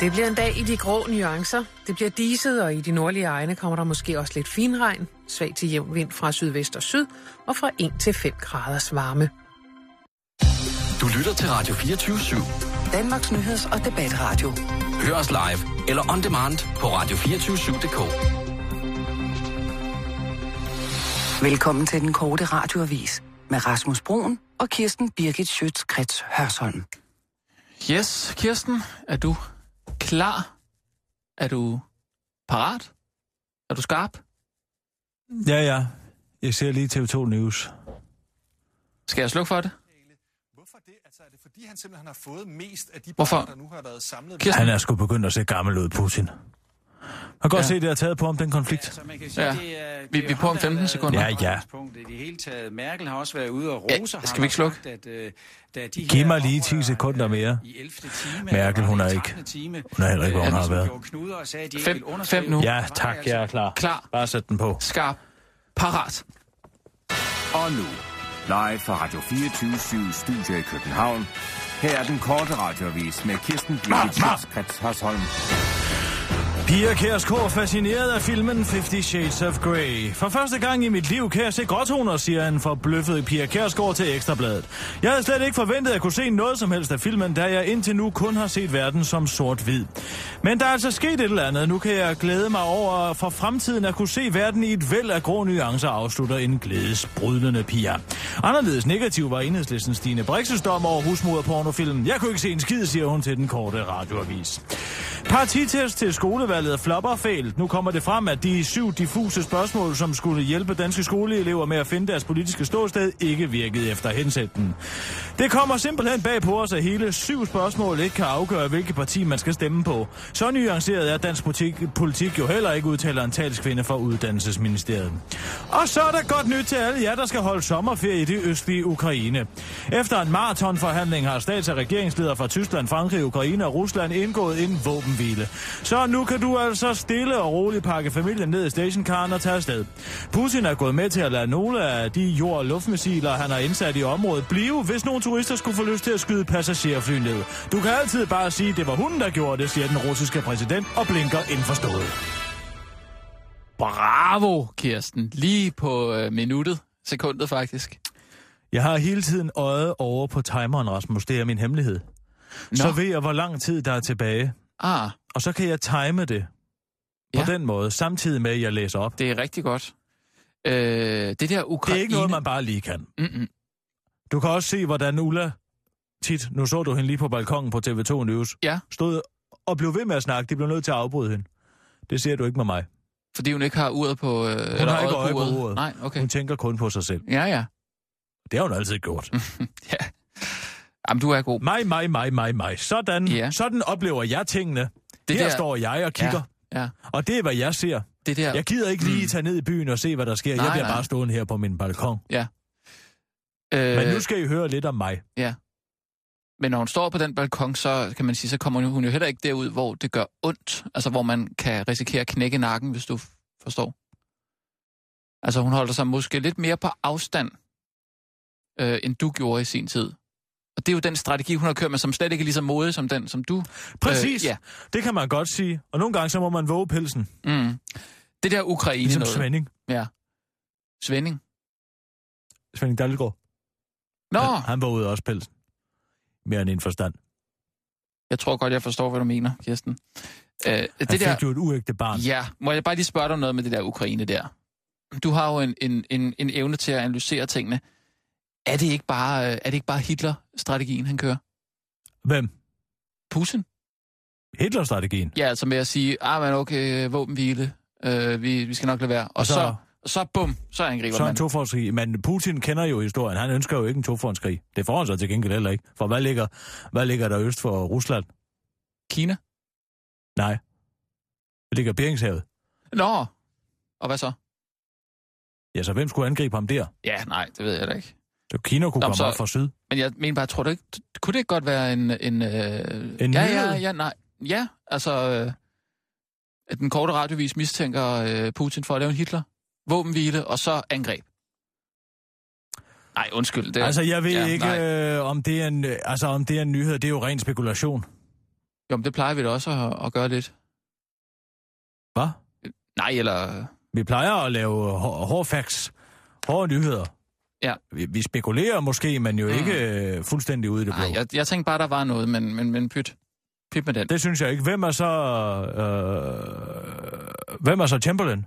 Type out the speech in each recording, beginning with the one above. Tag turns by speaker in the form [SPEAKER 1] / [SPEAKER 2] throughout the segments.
[SPEAKER 1] Det bliver en dag i de grå nuancer. Det bliver diset, og i de nordlige egne kommer der måske også lidt finregn, svag til jævn vind fra sydvest og syd, og fra 1 til 5 graders varme.
[SPEAKER 2] Du lytter til Radio 24 /7.
[SPEAKER 3] Danmarks Nyheds- og Debatradio.
[SPEAKER 2] Hør os live eller on demand på radio247.dk.
[SPEAKER 3] Velkommen til den korte radioavis med Rasmus Broen og Kirsten Birgit Schøtz-Krets Hørsholm.
[SPEAKER 4] Yes, Kirsten, er du klar? Er du parat? Er du skarp?
[SPEAKER 5] Ja, ja. Jeg ser lige TV2 News.
[SPEAKER 4] Skal jeg slukke for det?
[SPEAKER 6] Hvorfor det? Altså, er det fordi, han simpelthen har fået mest af de
[SPEAKER 4] Hvorfor?
[SPEAKER 6] børn, der nu har været samlet?
[SPEAKER 4] Kirsten?
[SPEAKER 5] Han er sgu begyndt at se gammel ud, Putin. Man kan godt
[SPEAKER 4] Ja.
[SPEAKER 5] se, det har taget på om den konflikt.
[SPEAKER 7] man kan
[SPEAKER 4] Ja.
[SPEAKER 7] det er, det
[SPEAKER 4] Vi- vi er
[SPEAKER 7] jo
[SPEAKER 4] på om
[SPEAKER 7] ham, der har
[SPEAKER 4] 15
[SPEAKER 7] været
[SPEAKER 4] sekunder.
[SPEAKER 5] Ja, ja.
[SPEAKER 7] udgangspunktet I det hele taget. Merkel har også været ude og
[SPEAKER 4] Ja,
[SPEAKER 7] rose ham.
[SPEAKER 4] skal vi ikke
[SPEAKER 7] og
[SPEAKER 4] slukke?
[SPEAKER 7] sagt, At, øh, da de
[SPEAKER 5] Giv
[SPEAKER 7] her
[SPEAKER 5] mig lige 10
[SPEAKER 7] oprørere,
[SPEAKER 5] sekunder
[SPEAKER 7] øh,
[SPEAKER 5] mere.
[SPEAKER 7] I 11. time,
[SPEAKER 5] Merkel,
[SPEAKER 7] eller var
[SPEAKER 5] hun
[SPEAKER 7] det
[SPEAKER 5] er
[SPEAKER 7] i
[SPEAKER 5] ikke-
[SPEAKER 7] 13. Time,
[SPEAKER 5] hun er heller ikke, hvor hun har
[SPEAKER 7] øh, ligesom
[SPEAKER 5] været.
[SPEAKER 7] gjorde Knuder og sagde, at de
[SPEAKER 4] Fem-
[SPEAKER 7] ikke ville underskrive
[SPEAKER 4] fem nu.
[SPEAKER 7] den.
[SPEAKER 5] Ja,
[SPEAKER 7] Der var
[SPEAKER 5] tak.
[SPEAKER 7] altså-
[SPEAKER 5] Jeg er klar.
[SPEAKER 4] Klar,
[SPEAKER 5] Bare sæt den på.
[SPEAKER 4] skarp, parat.
[SPEAKER 8] Og nu, live fra Radio 24 Studio i København. Her er den korte radiovis med Kirsten Birgit Schøtzgrads Hasholm.
[SPEAKER 5] Pia Kærsgaard fascineret af filmen 50 Shades of Grey. For første gang i mit liv kan jeg se gråtoner, siger en forbløffet Pia Kærsgaard til Ekstrabladet. Jeg havde slet ikke forventet at kunne se noget som helst af filmen, da jeg indtil nu kun har set verden som sort-hvid. Men der er altså sket et eller andet. Nu kan jeg glæde mig over for fremtiden at kunne se verden i et væld af grå nuancer, afslutter en glædesbrydende Pia. Anderledes negativ var enhedslisten Stine Brixes dom over husmoderpornofilmen. Jeg kunne ikke se en skid, siger hun til den korte radioavis. Partitest til skolevalget flopper fejl. Nu kommer det frem, at de syv diffuse spørgsmål, som skulle hjælpe danske skoleelever med at finde deres politiske ståsted, ikke virkede efter hensigten. Det kommer simpelthen bag på os, at hele syv spørgsmål ikke kan afgøre, hvilket parti man skal stemme på. Så nuanceret er dansk politik, politik jo heller ikke, udtaler en talskvinde fra Uddannelsesministeriet. Og så er der godt nyt til alle jer, der skal holde sommerferie i det østlige Ukraine. Efter en maratonforhandling har stats- og regeringsledere fra Tyskland, Frankrig, Ukraine og Rusland indgået en våbenhvile. Så nu kan du altså stille og roligt pakke familien ned i stationcaren og tage afsted. Putin er gået med til at lade nogle af de jord- og luftmissiler, han har indsat i området, blive, hvis nogle turister skulle få lyst til at skyde passagerfly ned. Du kan altid bare sige, at det var hun, der gjorde det, siger den russiske præsident og blinker indforstået.
[SPEAKER 4] Bravo, Kirsten. Lige på øh, minuttet, sekundet faktisk.
[SPEAKER 5] Jeg har hele tiden øjet over på timeren, Rasmus. Det er min hemmelighed. Nå. Så ved jeg, hvor lang tid der er tilbage.
[SPEAKER 4] Ah,
[SPEAKER 5] Og så kan jeg time det på
[SPEAKER 4] Ja.
[SPEAKER 5] ja. den måde, samtidig med, at jeg læser op.
[SPEAKER 4] det er rigtig godt. Øh, det der
[SPEAKER 5] Det
[SPEAKER 4] Ukraine...
[SPEAKER 5] er ikke noget, man bare lige kan.
[SPEAKER 4] Mm-mm.
[SPEAKER 5] Du kan også se, hvordan Ulla tit, nu så du hende lige på balkongen på TV2 News,
[SPEAKER 4] Ja.
[SPEAKER 5] stod og blev ved med at snakke. De blev nødt til at afbryde hende. Det ser du ikke med mig.
[SPEAKER 4] Fordi hun ikke har uret på... Øh, hun eller
[SPEAKER 5] har ikke
[SPEAKER 4] øjet
[SPEAKER 5] øje på uret.
[SPEAKER 4] Nej,
[SPEAKER 5] Okay.
[SPEAKER 4] okay.
[SPEAKER 5] Hun tænker kun på sig selv.
[SPEAKER 4] Ja, ja.
[SPEAKER 5] Det har hun altid gjort.
[SPEAKER 4] Mm. Jamen, du er god.
[SPEAKER 5] Mig, mig, mig, mig, mig. Sådan,
[SPEAKER 4] Ja.
[SPEAKER 5] ja. sådan oplever jeg tingene.
[SPEAKER 4] Det
[SPEAKER 5] Det Her
[SPEAKER 4] der-
[SPEAKER 5] der... står jeg og kigger.
[SPEAKER 4] Ja, ja.
[SPEAKER 5] Og det er, hvad jeg ser.
[SPEAKER 4] Det der...
[SPEAKER 5] Jeg gider ikke lige
[SPEAKER 4] Mm.
[SPEAKER 5] tage ned i byen og se, hvad der sker.
[SPEAKER 4] Nej,
[SPEAKER 5] jeg bliver
[SPEAKER 4] nej.
[SPEAKER 5] bare stående her på min balkon.
[SPEAKER 4] øh,
[SPEAKER 5] Men nu skal I høre lidt om mig.
[SPEAKER 4] Men når hun står på den balkon, så kan man sige, så kommer hun jo heller ikke derud, hvor det gør ondt. Altså, hvor man kan risikere at knække nakken, hvis du f- forstår. Altså, hun holder sig måske lidt mere på afstand, øh, end du gjorde i sin tid. Og det er jo den strategi, hun har kørt med, som slet ikke er lige så modig som den, som du.
[SPEAKER 5] Præcis.
[SPEAKER 4] Øh, ja.
[SPEAKER 5] Det kan man godt sige. Og nogle gange, så må man våge pelsen.
[SPEAKER 4] Mm. Det der Ukraine
[SPEAKER 5] Ligesom
[SPEAKER 4] noget.
[SPEAKER 5] Svending.
[SPEAKER 4] Svending.
[SPEAKER 5] Svending Dahlgaard.
[SPEAKER 4] Nå,
[SPEAKER 5] Han, han vågede også pelsen. Mere end en forstand.
[SPEAKER 4] jeg tror godt, jeg forstår, hvad du mener, Kirsten. Øh, det
[SPEAKER 5] Han det fik der... jo et uægte barn. Ja.
[SPEAKER 4] Ja, må jeg bare lige spørge dig om noget med det der Ukraine der? Du har jo en, en, en, en evne til at analysere tingene. Er det ikke bare, øh, er det ikke bare Hitler-strategien, han kører?
[SPEAKER 5] Hvem?
[SPEAKER 4] Putin?
[SPEAKER 5] Hitler-strategien.
[SPEAKER 4] Ja, altså med at sige, ah, men okay, våbenhvile, øh, vi, vi skal nok lade være. Og, og så, så, så bum, så angriber
[SPEAKER 5] så
[SPEAKER 4] man.
[SPEAKER 5] en toforskrig. Men Putin kender jo historien. Han ønsker jo ikke en toforskrig. Det får han så til gengæld heller ikke. For hvad ligger, hvad ligger der øst for Rusland?
[SPEAKER 4] Kina?
[SPEAKER 5] Nej. Det ligger Beringshavet.
[SPEAKER 4] Nå, og hvad så?
[SPEAKER 5] Ja, så hvem skulle angribe ham der?
[SPEAKER 4] Ja, nej, det ved jeg da ikke.
[SPEAKER 5] Så Kina kunne
[SPEAKER 4] Nå,
[SPEAKER 5] komme
[SPEAKER 4] så-
[SPEAKER 5] så... op fra syd.
[SPEAKER 4] Men jeg mener bare, tror du ikke, kunne det ikke godt være en... En, øh,
[SPEAKER 5] En
[SPEAKER 4] ja,
[SPEAKER 5] nyhed?
[SPEAKER 4] ja, ja, nej. Ja, altså, øh, at den korte radiovis mistænker øh, Putin for at lave en Hitler. Våbenhvile, og så angreb. Nej, undskyld. Det,
[SPEAKER 5] Altså, jeg ved
[SPEAKER 4] ja,
[SPEAKER 5] ja, ikke,
[SPEAKER 4] nej.
[SPEAKER 5] øh, om, det er en, øh, altså, om det er en nyhed. Det er jo ren spekulation.
[SPEAKER 4] Jo, men det plejer vi da også at, at gøre lidt.
[SPEAKER 5] Hvad?
[SPEAKER 4] Nej, eller...
[SPEAKER 5] Vi plejer at lave hår- hård facts, hårde nyheder.
[SPEAKER 4] Ja.
[SPEAKER 5] Vi, vi spekulerer måske, men jo
[SPEAKER 4] Mm.
[SPEAKER 5] ikke øh, fuldstændig ude i det blå.
[SPEAKER 4] Nej, jeg, jeg tænkte bare, der var noget, men, men, men pyt. Pip med den.
[SPEAKER 5] Det synes jeg ikke. Hvem er så... Øh, hvem er så Chamberlain?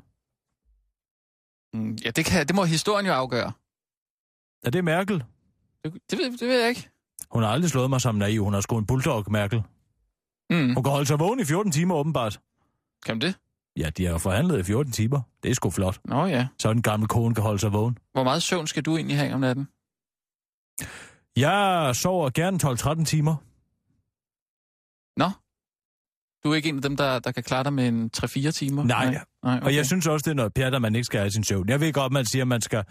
[SPEAKER 4] Mm, Ja, det, kan, det må historien jo afgøre.
[SPEAKER 5] Er det Merkel?
[SPEAKER 4] Det, det, ved, det ved jeg ikke.
[SPEAKER 5] Hun har aldrig slået mig som naiv. Hun har sgu en bulldog, Merkel.
[SPEAKER 4] Mm.
[SPEAKER 5] Hun kan holde sig vågen i 14 timer, åbenbart.
[SPEAKER 4] Kan man det?
[SPEAKER 5] Ja, de har jo forhandlet i 14 timer. Det er sgu flot.
[SPEAKER 4] Nå ja.
[SPEAKER 5] Så en gammel kone kan holde sig vågen.
[SPEAKER 4] Hvor meget søvn skal du egentlig have om natten?
[SPEAKER 5] Jeg sover gerne 12-13 timer.
[SPEAKER 4] Du er ikke en af dem, der, der kan klare dig med en 3-4 timer?
[SPEAKER 5] Nej,
[SPEAKER 4] Nej
[SPEAKER 5] Okay. Og jeg synes også, det er noget pjat, at man ikke skal have sin søvn. Jeg ved godt, man siger, at man skal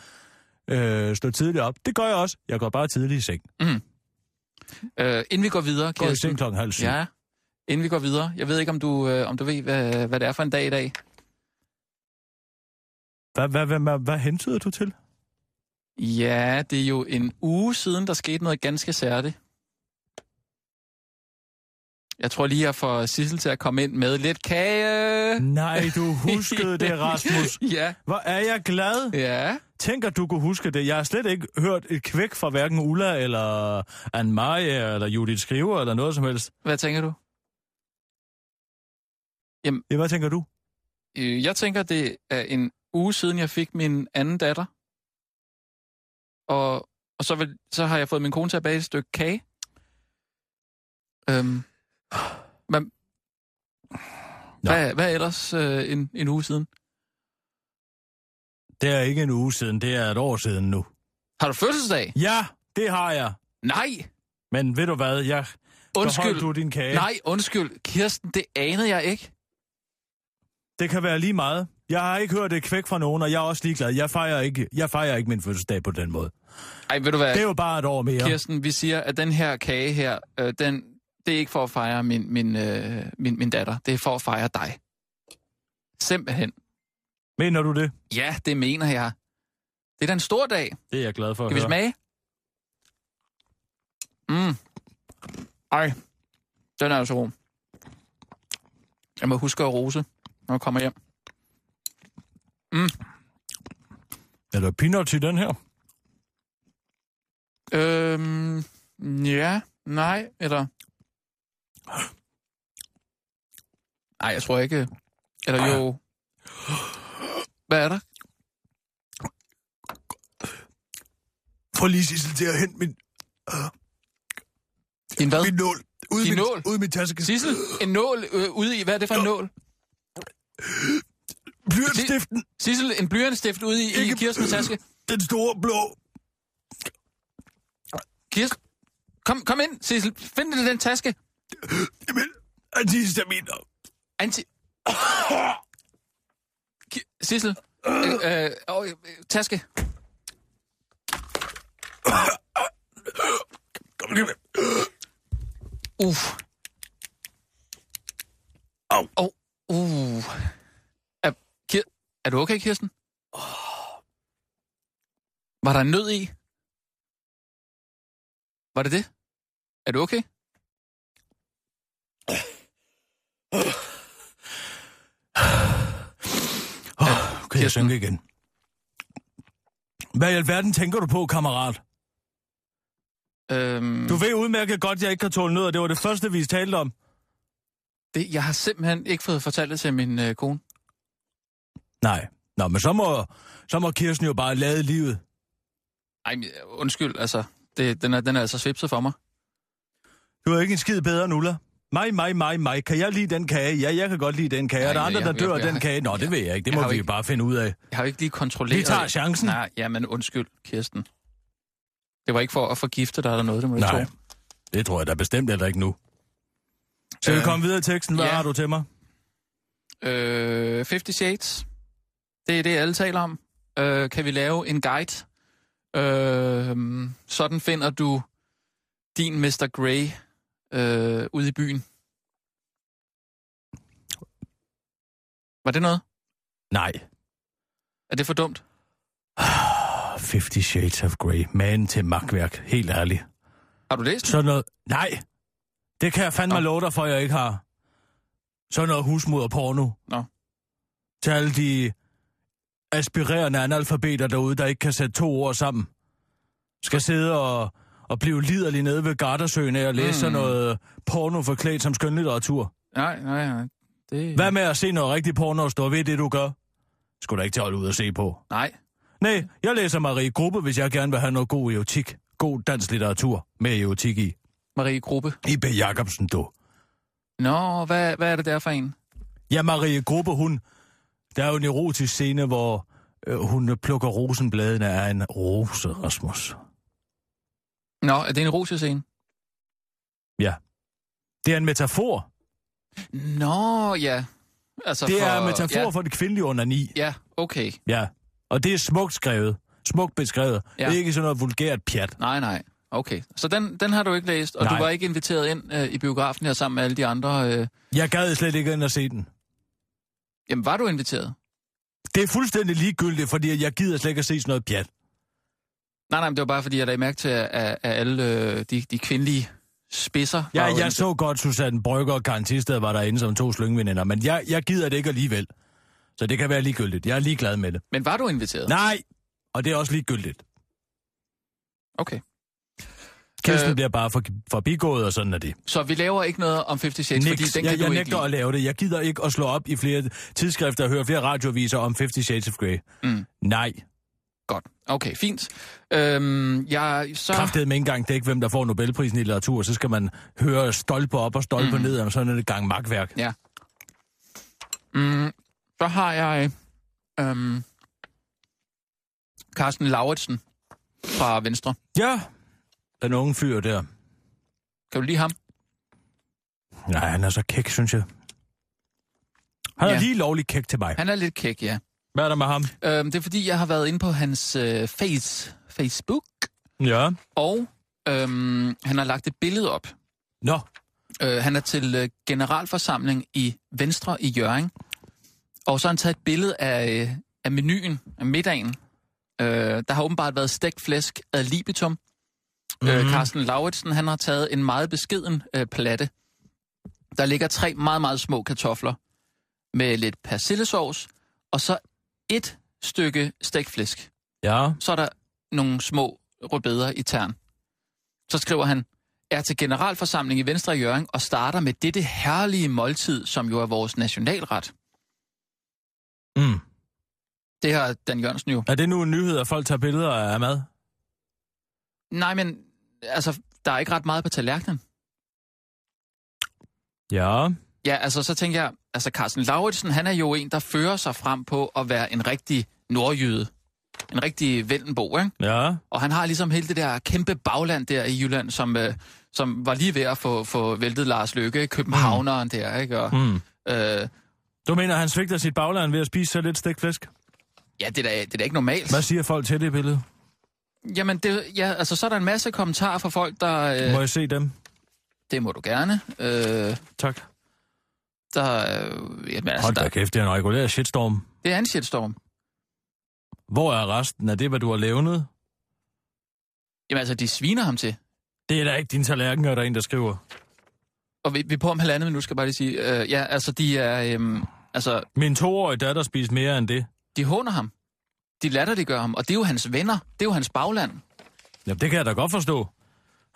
[SPEAKER 5] øh, stå tidligt op. Det gør jeg også. Jeg går bare tidligt i seng.
[SPEAKER 4] Øh, inden vi går videre,
[SPEAKER 5] Går i
[SPEAKER 4] Kirsten.
[SPEAKER 5] seng klokken halv syv.
[SPEAKER 4] Ja, inden vi går videre. Jeg ved ikke, om du, øh, om du ved, hvad, hvad det er for en dag i dag.
[SPEAKER 5] Hvad, hvad, hvad, hvad, hvad hentyder du til?
[SPEAKER 4] Ja, det er jo en uge siden, der skete noget ganske særligt. Jeg tror lige, jeg får Sissel til at komme ind med lidt kage.
[SPEAKER 5] Nej, du huskede det, Rasmus.
[SPEAKER 4] ja,
[SPEAKER 5] Hvor er jeg glad.
[SPEAKER 4] ja.
[SPEAKER 5] Tænk, at du kunne huske det. Jeg har slet ikke hørt et kvæk fra hverken Ulla eller Anne-Marie eller Judith Skriver eller noget som helst.
[SPEAKER 4] Hvad tænker du?
[SPEAKER 5] Ja, hvad tænker du?
[SPEAKER 4] Øh, Jeg tænker, det er en uge siden, jeg fik min anden datter. Og, og så, vil, så har jeg fået min kone til at bage et stykke kage. Øhm, men, hvad, hvad ellers øh, en, en uge siden?
[SPEAKER 5] Det er ikke en uge siden, det er et år siden nu.
[SPEAKER 4] Har du fødselsdag?
[SPEAKER 5] Ja, det har jeg.
[SPEAKER 4] Nej!
[SPEAKER 5] Men ved du hvad, jeg...
[SPEAKER 4] Undskyld.
[SPEAKER 5] Behold du din kage.
[SPEAKER 4] Nej, undskyld. Kirsten, det anede jeg ikke.
[SPEAKER 5] Det kan være lige meget. Jeg har ikke hørt det kvæk fra nogen, og jeg er også ligeglad. Jeg fejrer ikke, jeg fejrer ikke min fødselsdag på den måde.
[SPEAKER 4] Ej, ved du hvad,
[SPEAKER 5] Det er jo bare et år mere.
[SPEAKER 4] Kirsten, vi siger, at den her kage her, øh, den, det er ikke for at fejre min, min, øh, min, min datter. Det er for at fejre dig. Simpelthen.
[SPEAKER 5] Mener du det?
[SPEAKER 4] Ja, det mener jeg. Det er da en stor dag.
[SPEAKER 5] Det er jeg glad for at
[SPEAKER 4] Kan vi
[SPEAKER 5] høre.
[SPEAKER 4] smage? Mm. Ej, den er jo så god. Jeg må huske at rose, når jeg kommer hjem.
[SPEAKER 5] Er der peanuts i den her?
[SPEAKER 4] Øhm, ja, nej, eller... Nej, jeg tror ikke. Eller jo... Hvad er der?
[SPEAKER 5] Få lige Sissel til at hente min,
[SPEAKER 4] Din hvad?
[SPEAKER 5] nål. Ud
[SPEAKER 4] Din min- nål?
[SPEAKER 5] Ud min taske.
[SPEAKER 4] Sissel, en nål øh, ude i... Hvad er det for en nål? Blyantstiften. Sissel, en blyantstift ude i, i Kirstens taske.
[SPEAKER 5] Den store blå.
[SPEAKER 4] Kirsten, kom, kom ind, Sissel. Find den, den taske.
[SPEAKER 5] Jamen, antihistaminer.
[SPEAKER 4] Anti... Ki- Sissel, øh, øh, øh, taske.
[SPEAKER 5] Kom, kom.
[SPEAKER 4] Uff. Au. Au. Uh. Er, Kir- er du okay, Kirsten? Var der nød i? Var det det? Er du okay?
[SPEAKER 5] Oh, kan jeg
[SPEAKER 4] Kirsten.
[SPEAKER 5] synge igen? Hvad i alverden tænker du på, kammerat?
[SPEAKER 4] Øhm,
[SPEAKER 5] Du ved udmærket godt, jeg ikke kan tåle nødder. Det var det første, vi talte om.
[SPEAKER 4] det, jeg har simpelthen ikke fået fortalt det til min øh, kone.
[SPEAKER 5] Nej. Nå, men så må, så må Kirsten jo bare lade livet.
[SPEAKER 4] Ej, men, øh, undskyld, altså. Det, den, er, den er altså svipset for mig.
[SPEAKER 5] Du er ikke en skid bedre end Ulla. Mig, mig, mig, mig. Kan jeg lide den kage? Ja, jeg kan godt lide den kage. Er
[SPEAKER 4] Nej,
[SPEAKER 5] der
[SPEAKER 4] men
[SPEAKER 5] andre, der
[SPEAKER 4] jeg-
[SPEAKER 5] dør af
[SPEAKER 4] jeg- jeg-
[SPEAKER 5] den kage? Nå, det ved jeg ikke. Det
[SPEAKER 4] Jeg
[SPEAKER 5] må
[SPEAKER 4] har jo
[SPEAKER 5] vi
[SPEAKER 4] ikke-
[SPEAKER 5] bare finde ud af.
[SPEAKER 4] Jeg har jo ikke lige kontrolleret...
[SPEAKER 5] Vi tager chancen.
[SPEAKER 4] Nej, jamen undskyld, Kirsten. Det var ikke for at forgifte dig eller noget, det må jeg
[SPEAKER 5] Nej,
[SPEAKER 4] tro.
[SPEAKER 5] det tror jeg da bestemt heller ikke nu. Skal vi
[SPEAKER 4] Øh,
[SPEAKER 5] komme videre i teksten? Hvad
[SPEAKER 4] ja.
[SPEAKER 5] har du til mig?
[SPEAKER 4] Øh, 50 Shades. Det er det, alle taler om. Øh, kan vi lave en guide? Øh, sådan finder du din Mr. Grey øh, ude i byen. Var det noget?
[SPEAKER 5] Nej.
[SPEAKER 4] Er det for dumt?
[SPEAKER 5] 50 Shades of Grey. Man til magtværk. Helt ærligt.
[SPEAKER 4] Har du læst den?
[SPEAKER 5] Sådan noget... Nej! Det kan jeg fandme
[SPEAKER 4] Nå.
[SPEAKER 5] love dig for, jeg ikke har. Sådan noget husmoder porno.
[SPEAKER 4] Nå.
[SPEAKER 5] Til alle de aspirerende analfabeter derude, der ikke kan sætte to ord sammen. Skal sidde og, og blive liderlig nede ved Gardasøen af at læse mm. sådan noget porno forklædt som skønlitteratur.
[SPEAKER 4] Nej, nej, nej. Det...
[SPEAKER 5] Hvad med at se noget rigtig porno og stå ved det, du gør? Skulle da ikke til at holde ud og se på.
[SPEAKER 4] Nej.
[SPEAKER 5] Nej, jeg læser Marie Gruppe, hvis jeg gerne vil have noget god erotik. God dansk litteratur med erotik i.
[SPEAKER 4] Marie Gruppe.
[SPEAKER 5] I.B. Jacobsen, du.
[SPEAKER 4] Nå, hvad, hvad er det der for en?
[SPEAKER 5] Ja, Marie Gruppe, hun... Der er jo en erotisk scene, hvor øh, hun plukker rosenbladene af en rose, Rasmus.
[SPEAKER 4] Nå, er det en rosescene?
[SPEAKER 5] Det er en metafor.
[SPEAKER 4] Nå, ja. Altså
[SPEAKER 5] Det
[SPEAKER 4] for...
[SPEAKER 5] er en metafor
[SPEAKER 4] Ja,
[SPEAKER 5] for det kvindelige onani.
[SPEAKER 4] ja, okay.
[SPEAKER 5] Ja. Og det er smukt skrevet. Smukt beskrevet.
[SPEAKER 4] Ja.
[SPEAKER 5] Ja. Ikke sådan noget vulgært pjat.
[SPEAKER 4] Nej, nej. Okay. Så den, den har du ikke læst, og nej.
[SPEAKER 5] Nej.
[SPEAKER 4] du var ikke inviteret ind øh, i biografen her sammen med alle de andre. Øh...
[SPEAKER 5] Jeg gad slet ikke ind og se den.
[SPEAKER 4] Jamen, var du inviteret?
[SPEAKER 5] Det er fuldstændig ligegyldigt, fordi jeg gider slet ikke at se sådan noget pjat.
[SPEAKER 4] Nej, nej, men det var bare, fordi jeg lagde mærke til, at, at alle øh, de, de kvindelige spidser... var
[SPEAKER 5] Ja,
[SPEAKER 4] jo
[SPEAKER 5] jeg
[SPEAKER 4] inviteret.
[SPEAKER 5] så godt, Susanne Brygger og Karen Tisted var derinde som to slyngveninder, men jeg, jeg gider det ikke alligevel. Så det kan være ligegyldigt. Jeg er ligeglad med det.
[SPEAKER 4] Men var du inviteret?
[SPEAKER 5] Nej! Og det er også ligegyldigt.
[SPEAKER 4] Okay.
[SPEAKER 5] Kirsten
[SPEAKER 4] Øh.
[SPEAKER 5] øh... bliver bare for, forbigået, og sådan er det.
[SPEAKER 4] Så vi laver ikke noget om 50 Shades, fordi
[SPEAKER 5] Niks.
[SPEAKER 4] den
[SPEAKER 5] Jeg,
[SPEAKER 4] kan
[SPEAKER 5] jeg
[SPEAKER 4] du ikke
[SPEAKER 5] nægter
[SPEAKER 4] lide.
[SPEAKER 5] at lave det. Jeg gider ikke at slå op i flere tidsskrifter og høre flere radioviser om 50 Shades of Grey.
[SPEAKER 4] Mm.
[SPEAKER 5] Nej.
[SPEAKER 4] Godt. Okay, fint. Øhm, jeg, så...
[SPEAKER 5] Kræftet med engang, det er ikke, hvem der får Nobelprisen i litteratur. Så skal man høre stolper op og stolper mm. ned om sådan et gang magtværk.
[SPEAKER 4] Ja. Mm, så har jeg øhm, Carsten Lauritsen fra Venstre.
[SPEAKER 5] Ja. Den unge fyr der.
[SPEAKER 4] Kan du lide ham?
[SPEAKER 5] Nej, han er så kæk, synes jeg. Han er
[SPEAKER 4] Ja.
[SPEAKER 5] ja. lige lovlig kæk til mig.
[SPEAKER 4] Han er lidt kæk, ja.
[SPEAKER 5] Hvad er der med ham?
[SPEAKER 4] Øhm, det er fordi, jeg har været inde på hans øh, face, Facebook,
[SPEAKER 5] Ja.
[SPEAKER 4] og øhm, han har lagt et billede op.
[SPEAKER 5] Nå,
[SPEAKER 4] Øh, han er til øh, generalforsamling i Venstre i Jøring. Og så har han taget et billede af, øh, af menuen, af middagen. Øh, der har åbenbart været stegt flæsk ad libitum. Mm. Øh, Carsten Lauritsen, han har taget en meget beskeden øh, platte. Der ligger tre meget, meget små kartofler med lidt persillesovs, og så et stykke stegt flæsk.
[SPEAKER 5] ja.
[SPEAKER 4] Så er der nogle små rødbeder i tern. Så skriver han, er til generalforsamling i Venstre i Jørgen og starter med dette herlige måltid, som jo er vores nationalret.
[SPEAKER 5] Mm.
[SPEAKER 4] Det har Dan Jørgensen jo.
[SPEAKER 5] Er det nu en nyhed, at folk tager billeder af mad?
[SPEAKER 4] Nej, men altså, der er ikke ret meget på tallerkenen.
[SPEAKER 5] Ja.
[SPEAKER 4] Ja, altså, så tænker jeg, altså, Carsten Lauritsen, han er jo en, der fører sig frem på at være en rigtig nordjyde. En rigtig Vellenbo, ikke?
[SPEAKER 5] Ja.
[SPEAKER 4] Og han har ligesom hele det der kæmpe bagland der i Jylland, som, øh, som var lige ved at få, få væltet Lars Løkke, ikke? københavneren der, ikke? Og,
[SPEAKER 5] Mm.
[SPEAKER 4] øh,
[SPEAKER 5] Du mener, han svigter sit bagland ved at spise så lidt stegt flæsk?
[SPEAKER 4] ja, det er, da, det er da ikke normalt.
[SPEAKER 5] Hvad siger folk til det billede?
[SPEAKER 4] Jamen, det, ja, altså, så er der en masse kommentarer fra folk, der... Øh,
[SPEAKER 5] Må jeg se dem?
[SPEAKER 4] Det må du gerne. Øh,
[SPEAKER 5] Tak.
[SPEAKER 4] der, øh, jamen, altså,
[SPEAKER 5] Hold da
[SPEAKER 4] der,
[SPEAKER 5] kæft, det er en regulær shitstorm.
[SPEAKER 4] det er en shitstorm.
[SPEAKER 5] Hvor er resten af det, hvad du har levnet?
[SPEAKER 4] Jamen, altså, de sviner ham til.
[SPEAKER 5] Det er da ikke din tallerken, er der en, der skriver.
[SPEAKER 4] Og vi, vi er på om halvandet minut, skal jeg bare lige sige. Øh, ja, altså, de er... Øh, altså,
[SPEAKER 5] Min toårige datter spiste mere end det.
[SPEAKER 4] de håner ham. De latterliggør ham, og det er jo hans venner. Det er jo hans bagland.
[SPEAKER 5] Jamen, det kan jeg da godt forstå.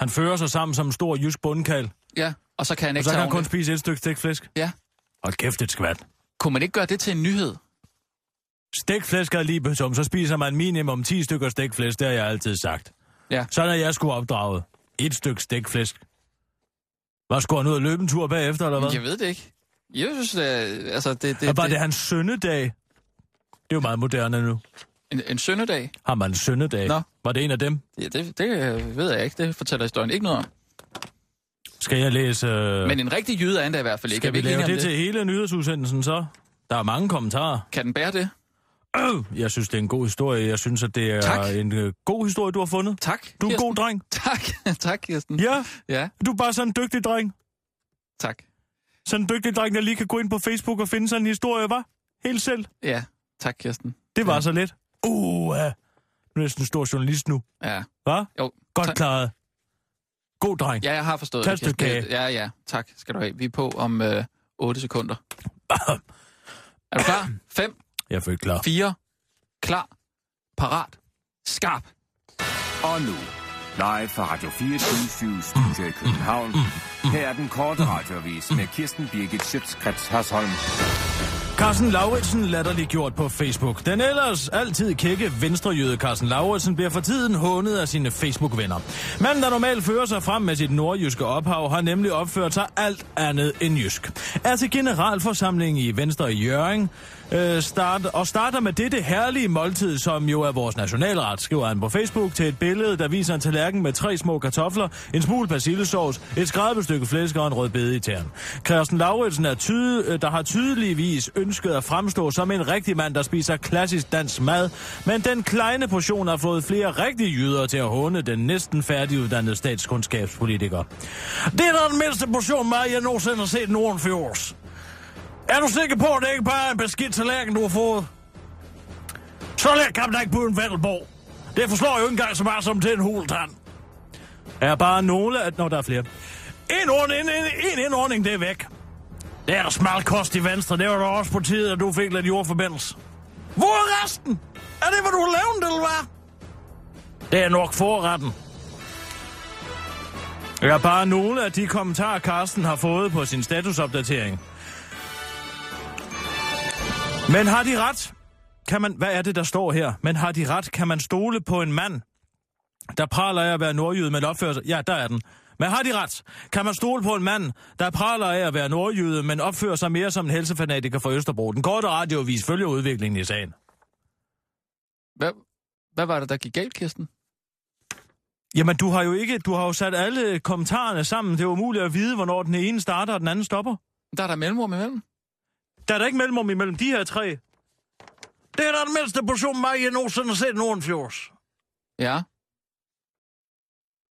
[SPEAKER 5] Han fører sig sammen som en stor jysk bundkald,
[SPEAKER 4] Ja, og så kan han
[SPEAKER 5] og
[SPEAKER 4] ikke
[SPEAKER 5] så kan
[SPEAKER 4] tage
[SPEAKER 5] han kun
[SPEAKER 4] ordentligt.
[SPEAKER 5] spise et stykke stegt flæsk.
[SPEAKER 4] Ja.
[SPEAKER 5] Hold kæft, et skvat.
[SPEAKER 4] Kunne man ikke gøre det til en nyhed?
[SPEAKER 5] Stegt flæsk er lige betum, så spiser man minimum 10 stykker stegt flæsk, det har jeg altid sagt.
[SPEAKER 4] Ja.
[SPEAKER 5] Sådan er jeg skulle opdraget. Et stykke stegt flæsk. Hvad skulle han ud og løbe en tur bagefter, eller hvad?
[SPEAKER 4] Jeg ved det ikke. Jeg synes, det er, altså, det, det,
[SPEAKER 5] og var det,
[SPEAKER 4] det,
[SPEAKER 5] hans sønnedag? Det er jo meget moderne nu.
[SPEAKER 4] en, en søndag.
[SPEAKER 5] Har man en sønnedag?
[SPEAKER 4] Nå.
[SPEAKER 5] Var det en af dem?
[SPEAKER 4] Ja, det, det øh, ved jeg ikke. Det fortæller historien ikke noget om.
[SPEAKER 5] Skal jeg læse... Øh...
[SPEAKER 4] Men en rigtig jyde er han da i hvert fald ikke. Er
[SPEAKER 5] Skal vi
[SPEAKER 4] ikke
[SPEAKER 5] lave
[SPEAKER 4] enige
[SPEAKER 5] det,
[SPEAKER 4] om
[SPEAKER 5] det til hele nyhedsudsendelsen så? Der er mange kommentarer.
[SPEAKER 4] Kan den bære det?
[SPEAKER 5] Øh, Jeg synes, det er en god historie. Jeg synes, at det er
[SPEAKER 4] Tak.
[SPEAKER 5] en øh, god historie, du har fundet.
[SPEAKER 4] Tak.
[SPEAKER 5] Du er en
[SPEAKER 4] Kirsten.
[SPEAKER 5] god dreng.
[SPEAKER 4] Tak. tak, Kirsten.
[SPEAKER 5] Ja,
[SPEAKER 4] ja,
[SPEAKER 5] du er bare sådan en dygtig dreng.
[SPEAKER 4] tak.
[SPEAKER 5] Sådan en dygtig dreng, der lige kan gå ind på Facebook og finde sådan en historie, var Helt selv.
[SPEAKER 4] Ja, tak, Kirsten.
[SPEAKER 5] Det var
[SPEAKER 4] Ja.
[SPEAKER 5] ja. så let. Uh, nu er jeg sådan en stor journalist nu.
[SPEAKER 4] Ja.
[SPEAKER 5] Hva?
[SPEAKER 4] Jo,
[SPEAKER 5] Godt
[SPEAKER 4] tak.
[SPEAKER 5] klaret. God dreng.
[SPEAKER 4] Ja, jeg har forstået
[SPEAKER 5] Tag et stykke
[SPEAKER 4] Kirsten.
[SPEAKER 5] kage.
[SPEAKER 4] Ja, ja. Tak skal du have. Vi er på om øh, 8 sekunder. er du klar? 5,
[SPEAKER 5] Jeg er født klar.
[SPEAKER 4] 4, klar, parat, skarp.
[SPEAKER 8] Og nu, live fra Radio 24 Studio i København. Her er den korte radiovis med Kirsten Birgit Schøtzgrads Hasholm.
[SPEAKER 5] Carsten Lauritsen latterliggjort på Facebook. Den ellers altid kække venstrejøde Carsten Lauritsen bliver for tiden hånet af sine Facebook-venner. Manden, der normalt fører sig frem med sit nordjyske ophav, har nemlig opført sig alt andet end jysk. Er til generalforsamling i Venstre i Jøring, øh, start, og starter med dette herlige måltid, som jo er vores nationalret, skriver han på Facebook til et billede, der viser en tallerken med tre små kartofler, en smule persillesauce, et skrabet stykke flæsk og en rød bede i tæren. Kirsten Lauritsen er tyde, øh, der har tydeligvis ønsket at fremstå som en rigtig mand, der spiser klassisk dansk mad, men den kleine portion har fået flere rigtige jyder til at håne den næsten færdiguddannede statskundskabspolitiker. Det er da den mindste portion mad, jeg nogensinde har set Norden for års. Er du sikker på, at det ikke bare er en beskidt tallerken, du har fået? Så let kan man da ikke på en Vettelborg. Det forslår jo ikke engang så meget som til en hultand. Er bare nogle at når der er flere. En, ord, en, en, en indordning, det er væk. Det er da smalt kost i venstre. Det var da også på tide, at du fik lidt jordforbindelse. Hvor er resten? Er det, hvad du har lavet, eller hvad? Det er nok forretten. Jeg er bare nogle af de kommentarer, Carsten har fået på sin statusopdatering. Men har de ret? Kan man, hvad er det, der står her? Men har de ret? Kan man stole på en mand, der praler af at være nordjyde, men opfører sig... Ja, der er den. Men har de ret? Kan man stole på en mand, der praler af at være nordjyde, men opfører sig mere som en helsefanatiker fra Østerbro? Den korte radiovis følger udviklingen i sagen.
[SPEAKER 4] Hvad, hvad var det, der gik galt, Kirsten?
[SPEAKER 5] Jamen, du har jo ikke... Du har jo sat alle kommentarerne sammen. Det er umuligt at vide, hvornår den ene starter og den anden stopper.
[SPEAKER 4] Der er der mellemrum imellem.
[SPEAKER 5] Der er da ikke mellemrum imellem de her tre. Det er da den mindste portion, mig jeg nogensinde har set nogen fjords.
[SPEAKER 4] Ja.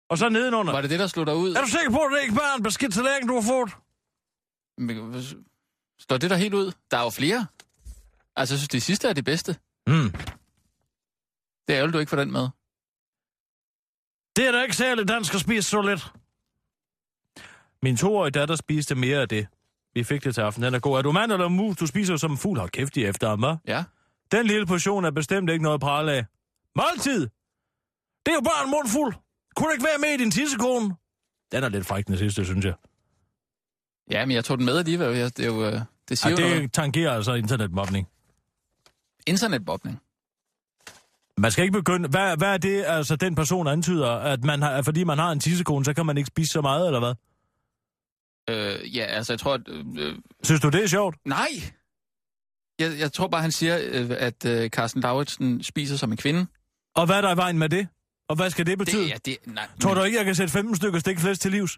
[SPEAKER 5] Og så nedenunder.
[SPEAKER 4] Var det det, der slog dig ud?
[SPEAKER 5] Er du sikker på, at det ikke bare er en beskidt tallerken, du har fået?
[SPEAKER 4] Men, hvis- Slår det der helt ud? Der er jo flere. Altså, jeg synes, det sidste er det bedste.
[SPEAKER 5] Mm.
[SPEAKER 4] Det er jo, du ikke får den med.
[SPEAKER 5] Det er da ikke særlig dansk at spise så lidt. Min toårige datter spiste mere af det. Vi fik det til aften. Den er god. Er du mand eller mus? Du spiser jo som en fugl. Hold kæft i efter ham, hva'?
[SPEAKER 4] Ja.
[SPEAKER 5] Den lille portion er bestemt ikke noget pral af. Måltid! Det er jo bare en mundfuld. Kunne det ikke være med i din tissekone? Den er lidt fræk den sidste, synes jeg.
[SPEAKER 4] Ja, men jeg tog den med alligevel. Jeg- Det, er jo, øh, det
[SPEAKER 5] Ja,
[SPEAKER 4] siger jo noget.
[SPEAKER 5] det tangerer altså internetmobning.
[SPEAKER 4] Internetbobning.
[SPEAKER 5] Man skal ikke begynde... Hvad, hvad er det, altså den person antyder, at man har, at fordi man har en tissekone, så kan man ikke spise så meget, eller hvad?
[SPEAKER 4] Øh, ja, altså, jeg tror, at... Øh, øh,
[SPEAKER 5] Synes du, det er sjovt?
[SPEAKER 4] nej! Jeg, jeg tror bare, han siger, øh, at øh, Carsten Lauritsen spiser som en kvinde.
[SPEAKER 5] Og hvad er der i vejen med det? Og hvad skal det betyde?
[SPEAKER 4] Det, ja, det, nej,
[SPEAKER 5] Tror
[SPEAKER 4] men,
[SPEAKER 5] du ikke, jeg kan sætte 15 stykker stikflæs til livs?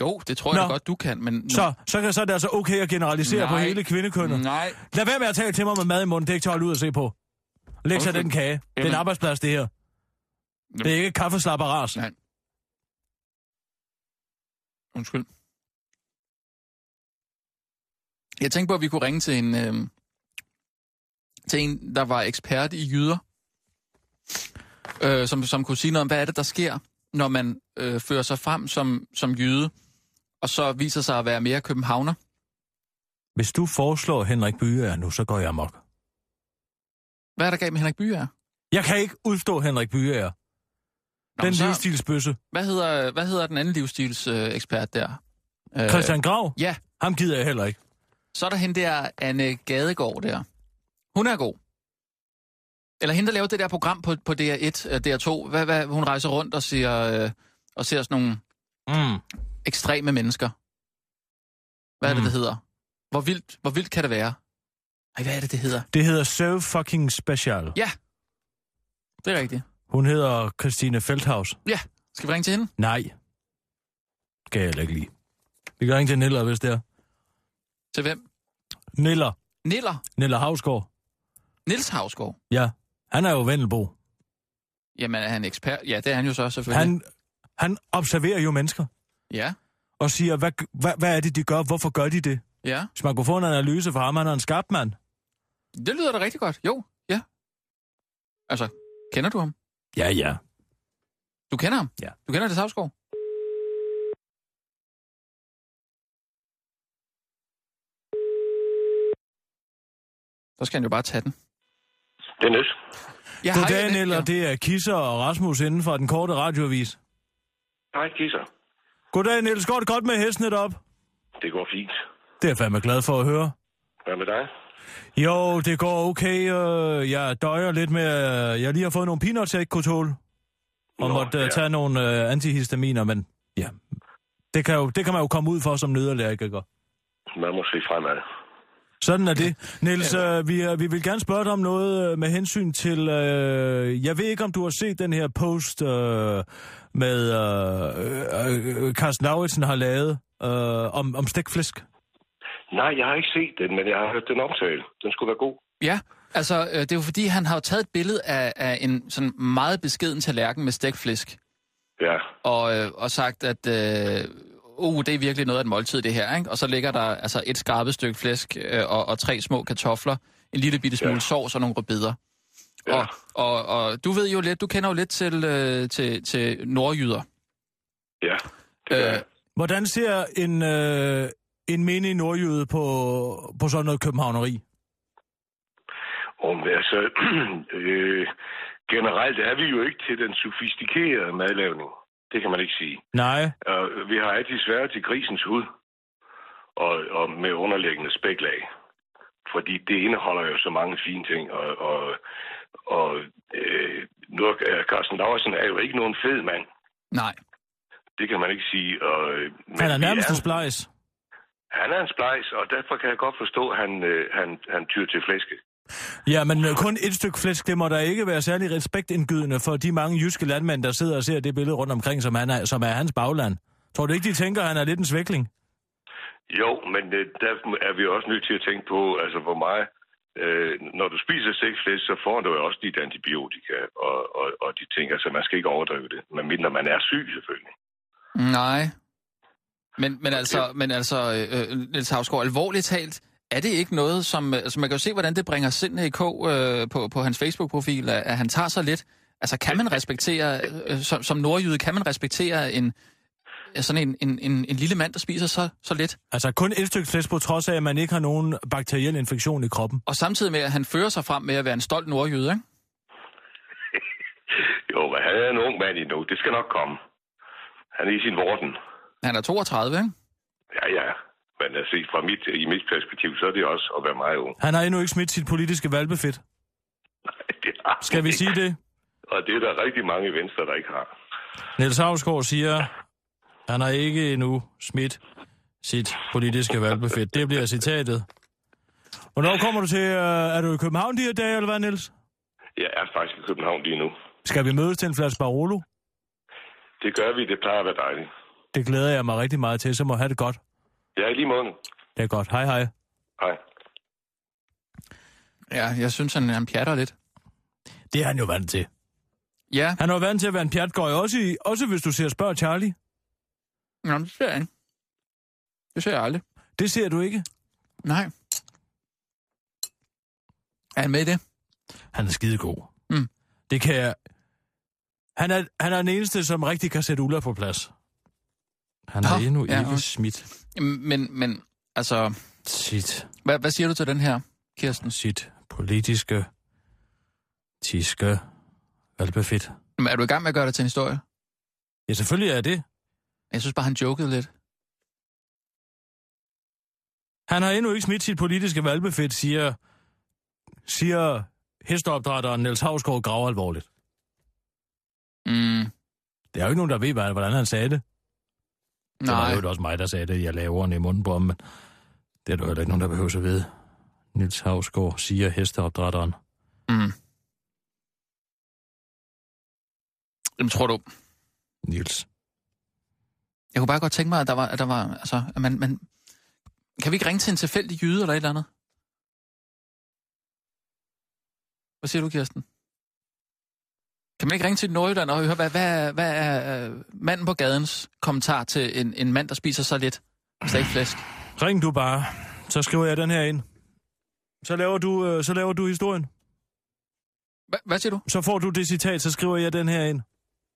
[SPEAKER 4] Jo, det tror jeg
[SPEAKER 5] Nå.
[SPEAKER 4] da godt, du kan, men...
[SPEAKER 5] Så, så, kan, så er det altså okay at generalisere
[SPEAKER 4] Nej. Mm.
[SPEAKER 5] på hele kvindekønnet.
[SPEAKER 4] Nej,
[SPEAKER 5] Lad være med at tale til mig med mad i munden. Det er ikke til at holde ud at se på. Læg sig
[SPEAKER 4] Undskyld.
[SPEAKER 5] den kage. Det er en
[SPEAKER 4] Jamen.
[SPEAKER 5] arbejdsplads, det her. Det er ikke kaffeslapperas.
[SPEAKER 4] Nej. undskyld. Jeg tænkte på, at vi kunne ringe til en, øh, til en der var ekspert i jyder, øh, som, som kunne sige noget om, hvad er det, der sker, når man øh, fører sig frem som, som jyde, og så viser sig at være mere københavner.
[SPEAKER 5] Hvis du foreslår Henrik Byer nu, så går jeg amok.
[SPEAKER 4] Hvad er der galt med Henrik Byer?
[SPEAKER 5] Jeg kan ikke udstå Henrik Byer.
[SPEAKER 4] Nå,
[SPEAKER 5] Den
[SPEAKER 4] men så-
[SPEAKER 5] livsstilsbøsse.
[SPEAKER 4] Hvad hedder, hvad hedder den anden livsstilsekspert øh, ekspert der? Øh,
[SPEAKER 5] Christian Grav?
[SPEAKER 4] Ja,
[SPEAKER 5] Ham gider jeg heller ikke.
[SPEAKER 4] så er der hende der, Anne Gadegaard der. Hun er god. Eller hende, der laver det der program på, på DR1, øh, DR2. Hvad, hvad, hun rejser rundt og ser, øh, og ser sådan nogle
[SPEAKER 5] Mm.
[SPEAKER 4] ekstreme mennesker. Hvad er det,
[SPEAKER 5] Mm.
[SPEAKER 4] det hedder? Hvor vildt, hvor vildt kan det være? Ej, hvad er det, det hedder?
[SPEAKER 5] Det hedder So Fucking Special.
[SPEAKER 4] Ja. Det er rigtigt.
[SPEAKER 5] Hun hedder Christine Feldhaus.
[SPEAKER 4] Skal vi ringe til hende?
[SPEAKER 5] Nej. Kan jeg heller ikke lide. Vi kan ringe til Niller, hvis det er.
[SPEAKER 4] Til hvem?
[SPEAKER 5] Niller.
[SPEAKER 4] Niller.
[SPEAKER 5] Niller Havsgaard.
[SPEAKER 4] Nils Havsgaard.
[SPEAKER 5] Ja, han er jo Vendelbo.
[SPEAKER 4] Jamen, er han ekspert? Ja, det er han jo så selvfølgelig.
[SPEAKER 5] Han, han observerer jo mennesker
[SPEAKER 4] Ja,
[SPEAKER 5] og siger, hvad, hvad, hvad er det, de gør? Hvorfor gør de det?
[SPEAKER 4] ja.
[SPEAKER 5] Hvis man kunne få en analyse fra ham, han er en skarp mand.
[SPEAKER 4] Det lyder da rigtig godt. Jo, ja. Altså, kender du ham?
[SPEAKER 5] Ja, ja.
[SPEAKER 4] Du kender ham?
[SPEAKER 5] Ja.
[SPEAKER 4] Du kender det Havsgaard? Så skal han jo bare tage den.
[SPEAKER 9] Det er nyt.
[SPEAKER 4] Ja,
[SPEAKER 5] Goddag,
[SPEAKER 4] hej, Annette.
[SPEAKER 5] Daniel, og det er Kisser og Rasmus inden for den korte radioavis.
[SPEAKER 9] Hej, kisser.
[SPEAKER 5] Goddag, Niels. Går det godt med hesten op?
[SPEAKER 9] Det går fint.
[SPEAKER 5] Det er jeg fandme glad for at høre.
[SPEAKER 9] Hvad med dig?
[SPEAKER 5] Jo, det går okay. Øh, jeg døjer lidt med... Øh, jeg lige har fået nogle peanuts, jeg ikke kunne tåle. Og Nå,
[SPEAKER 9] Nå,
[SPEAKER 5] måtte øh,
[SPEAKER 9] ja.
[SPEAKER 5] tage nogle øh, antihistaminer, men ja... Det kan, jo, det kan man jo komme ud for som nederlæriker.
[SPEAKER 9] Man må se fremad.
[SPEAKER 5] Sådan er det. Niels, øh, vi, øh, vi vil gerne spørge dig om noget øh, med hensyn til... Øh, jeg ved ikke, om du har set den her post, øh, med øh, øh, øh, Carsten Lauritsen har lavet øh, om, om stikflæsk.
[SPEAKER 9] Nej, jeg har ikke set den, men jeg har hørt den omtale. Den skulle være god.
[SPEAKER 4] Ja, altså øh, det er jo fordi, han har jo taget et billede af, af en sådan meget beskeden tallerken med stækflæsk,
[SPEAKER 9] Ja,
[SPEAKER 4] og, øh, og sagt, at øh, uh, det er virkelig noget af et måltid, det her. Ikke? Og så ligger der altså et skarpet stykke flæsk øh, og, og tre små kartofler, en lille bitte smule ja.
[SPEAKER 9] Ja.
[SPEAKER 4] sovs og nogle rødbeder.
[SPEAKER 9] Ja.
[SPEAKER 4] Og, og, og du ved jo lidt, du kender jo lidt til, øh, til, til nordjyder.
[SPEAKER 9] ja. Det gør
[SPEAKER 4] Øh,
[SPEAKER 9] jeg.
[SPEAKER 5] Hvordan ser en, øh, en menig nordjyde på, på sådan noget københavneri?
[SPEAKER 9] Om, altså, øh, generelt er vi jo ikke til den sofistikerede madlavning. Det kan man ikke sige.
[SPEAKER 5] Nej.
[SPEAKER 9] Og vi har altid sværet til grisens hud, og, og med underliggende spæklag. Fordi det indeholder jo så mange fine ting, og, og, og øh, nu er er Carsten Laursen er jo ikke nogen fed mand.
[SPEAKER 4] nej.
[SPEAKER 9] Det kan man ikke sige. Og, øh, men
[SPEAKER 5] Han er
[SPEAKER 9] vi
[SPEAKER 5] nærmest en splejs.
[SPEAKER 9] han er en splejs, og derfor kan jeg godt forstå, at han, øh, han, han tyr til flæske.
[SPEAKER 5] Ja, men øh, kun et stykke flæsk, det må da ikke være særlig respektindgydende for de mange jyske landmænd, der sidder og ser det billede rundt omkring, som, han er, som er hans bagland. Tror du ikke, de tænker, at han er lidt en svækling?
[SPEAKER 9] Jo, men øh, der er vi også nødt til at tænke på, altså hvor meget, øh, når du spiser sexflæsk, så får du jo også dit antibiotika og, og, og de ting, altså man skal ikke overdrive det, medmindre man er syg selvfølgelig.
[SPEAKER 4] Nej. Men, men altså, men altså øh, Niels Havsgaard, alvorligt talt, er det ikke noget, som... Altså, man kan jo se, hvordan det bringer sindene i kog øh, på, på hans Facebook-profil, at, at han tager sig lidt. Altså, kan man respektere... Øh, som, som nordjyde, kan man respektere en sådan en, en, en, en lille mand, der spiser så, så lidt,
[SPEAKER 5] Altså kun et stykke flæsk på trods af, at man ikke har nogen bakteriel infektion i kroppen.
[SPEAKER 4] og samtidig med, at han fører sig frem med at være en stolt nordjyde, ikke?
[SPEAKER 9] Jo, men han er en ung mand endnu, det skal nok komme. Han er i sin vorden.
[SPEAKER 4] Han er 32, ikke?
[SPEAKER 9] Ja, ja, men altså, fra mit, i mit perspektiv, så er det også at være meget ung.
[SPEAKER 5] Han har endnu ikke smidt sit politiske valbefedt.
[SPEAKER 9] Det har han
[SPEAKER 5] Skal vi
[SPEAKER 9] ikke.
[SPEAKER 5] sige det?
[SPEAKER 9] Og det er der rigtig mange i venstre, der ikke har.
[SPEAKER 5] Niels Havsgaard siger, han har ikke endnu smidt sit politiske valgbefedt. Det bliver citatet. Hvornår kommer du til... Øh, er du i København de her dage, eller hvad, Niels?
[SPEAKER 9] Jeg er faktisk i København lige nu.
[SPEAKER 5] Skal vi mødes til en flaske Barolo?
[SPEAKER 9] Det gør vi, det plejer at være dejligt.
[SPEAKER 5] Det glæder jeg mig rigtig meget til, så må jeg have det godt.
[SPEAKER 9] Jeg er i lige måde.
[SPEAKER 5] Det er godt. Hej, hej.
[SPEAKER 9] Hej.
[SPEAKER 4] Ja, jeg synes, han, han pjatter lidt.
[SPEAKER 5] Det er han jo vant til.
[SPEAKER 4] Ja,
[SPEAKER 5] Han er jo vant til at være en pjatgøj, også, i, også hvis du ser spørg Charlie.
[SPEAKER 4] nå, det ser jeg ikke. Det ser jeg aldrig.
[SPEAKER 5] Det ser du ikke.
[SPEAKER 4] Nej. Er han med i det?
[SPEAKER 5] Han er skidegod.
[SPEAKER 4] Mm.
[SPEAKER 5] Det kan jeg... Han er, han er den eneste, som rigtig kan sætte Ulla på plads. Han har
[SPEAKER 4] Nå,
[SPEAKER 5] endnu
[SPEAKER 4] ja,
[SPEAKER 5] ikke
[SPEAKER 4] okay.
[SPEAKER 5] smidt
[SPEAKER 4] Men, men altså,
[SPEAKER 5] sit
[SPEAKER 4] hvad, hvad siger du til den her, Kirsten?
[SPEAKER 5] sit politiske, tiske valgbefedt.
[SPEAKER 4] Jamen, Er du i gang med at gøre det til en historie?
[SPEAKER 5] Ja, selvfølgelig er det.
[SPEAKER 4] Jeg synes bare, han jokede lidt.
[SPEAKER 5] Han har endnu ikke smidt sit politiske valgbefedt, siger, siger hesteopdrætteren Niels Havsgaard grav alvorligt.
[SPEAKER 4] Mm,
[SPEAKER 5] Der er jo ikke nogen, der ved, hvad- hvordan han sagde det. Det var
[SPEAKER 4] nej.
[SPEAKER 5] jo også mig, der sagde det. Jeg lavede ordene i munden på ham, men det er der jo heller ikke nogen, der behøver at vide. Niels Havsgaard siger hesteopdrætteren.
[SPEAKER 4] Mm. Jamen, tror du...
[SPEAKER 5] Niels.
[SPEAKER 4] Jeg kunne bare godt tænke mig, at der var... At der var altså, at man, man, kan vi ikke ringe til en tilfældig jyde eller et eller andet? Hvad siger du, Kirsten? Kan man ikke ringe til et nordjylland og høre, hvad, hvad, er- hvad er øh, manden på gadens kommentar til en, en mand, der spiser så lidt stegflæsk?
[SPEAKER 5] Ring du bare, så skriver jeg den her ind. Så laver du, øh, så laver du historien.
[SPEAKER 4] Hva, hvad siger du?
[SPEAKER 5] Så får du det citat, så skriver jeg den her ind.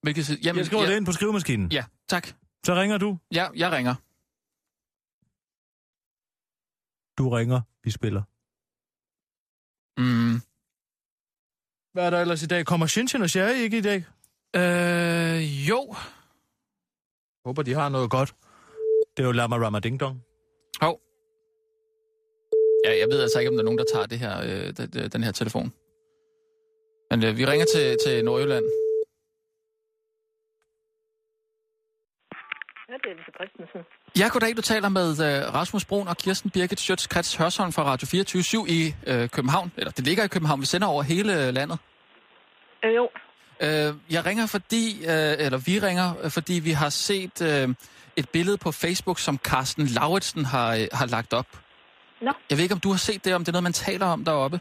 [SPEAKER 4] Hvilket, side? jamen,
[SPEAKER 5] Jeg skriver
[SPEAKER 4] ja,
[SPEAKER 5] det ind på skrivemaskinen.
[SPEAKER 4] Ja, tak.
[SPEAKER 5] Så ringer du.
[SPEAKER 4] Ja, jeg ringer.
[SPEAKER 5] Du ringer. Vi spiller.
[SPEAKER 4] Mm.
[SPEAKER 5] Hvad er der ellers i dag? Kommer Shinshin og Sherry ikke i dag?
[SPEAKER 4] Øh, jo.
[SPEAKER 5] Håber, de har noget godt. Det er jo Lama Rama Ding Dong.
[SPEAKER 4] Hov. Ja, jeg ved altså ikke, om der er nogen, der tager det her, øh, den- den- den her telefon. Men øh, vi ringer til, til Nordjylland.
[SPEAKER 10] Ja, det er Lise Christensen.
[SPEAKER 4] Ja, goddag. Du taler med øh, Rasmus Brun og Kirsten Birgit Schøtz Krets Hørsholm fra Radio 24 i øh, København. Eller det ligger i København. Vi sender over hele øh, landet.
[SPEAKER 10] Øh, jo,
[SPEAKER 4] Øh, jeg ringer fordi, øh, eller vi ringer, øh, fordi vi har set øh, et billede på Facebook, som Carsten Lauritsen har, øh, har lagt op.
[SPEAKER 10] Nå.
[SPEAKER 4] Jeg ved ikke, om du har set det, om det er noget, man taler om deroppe.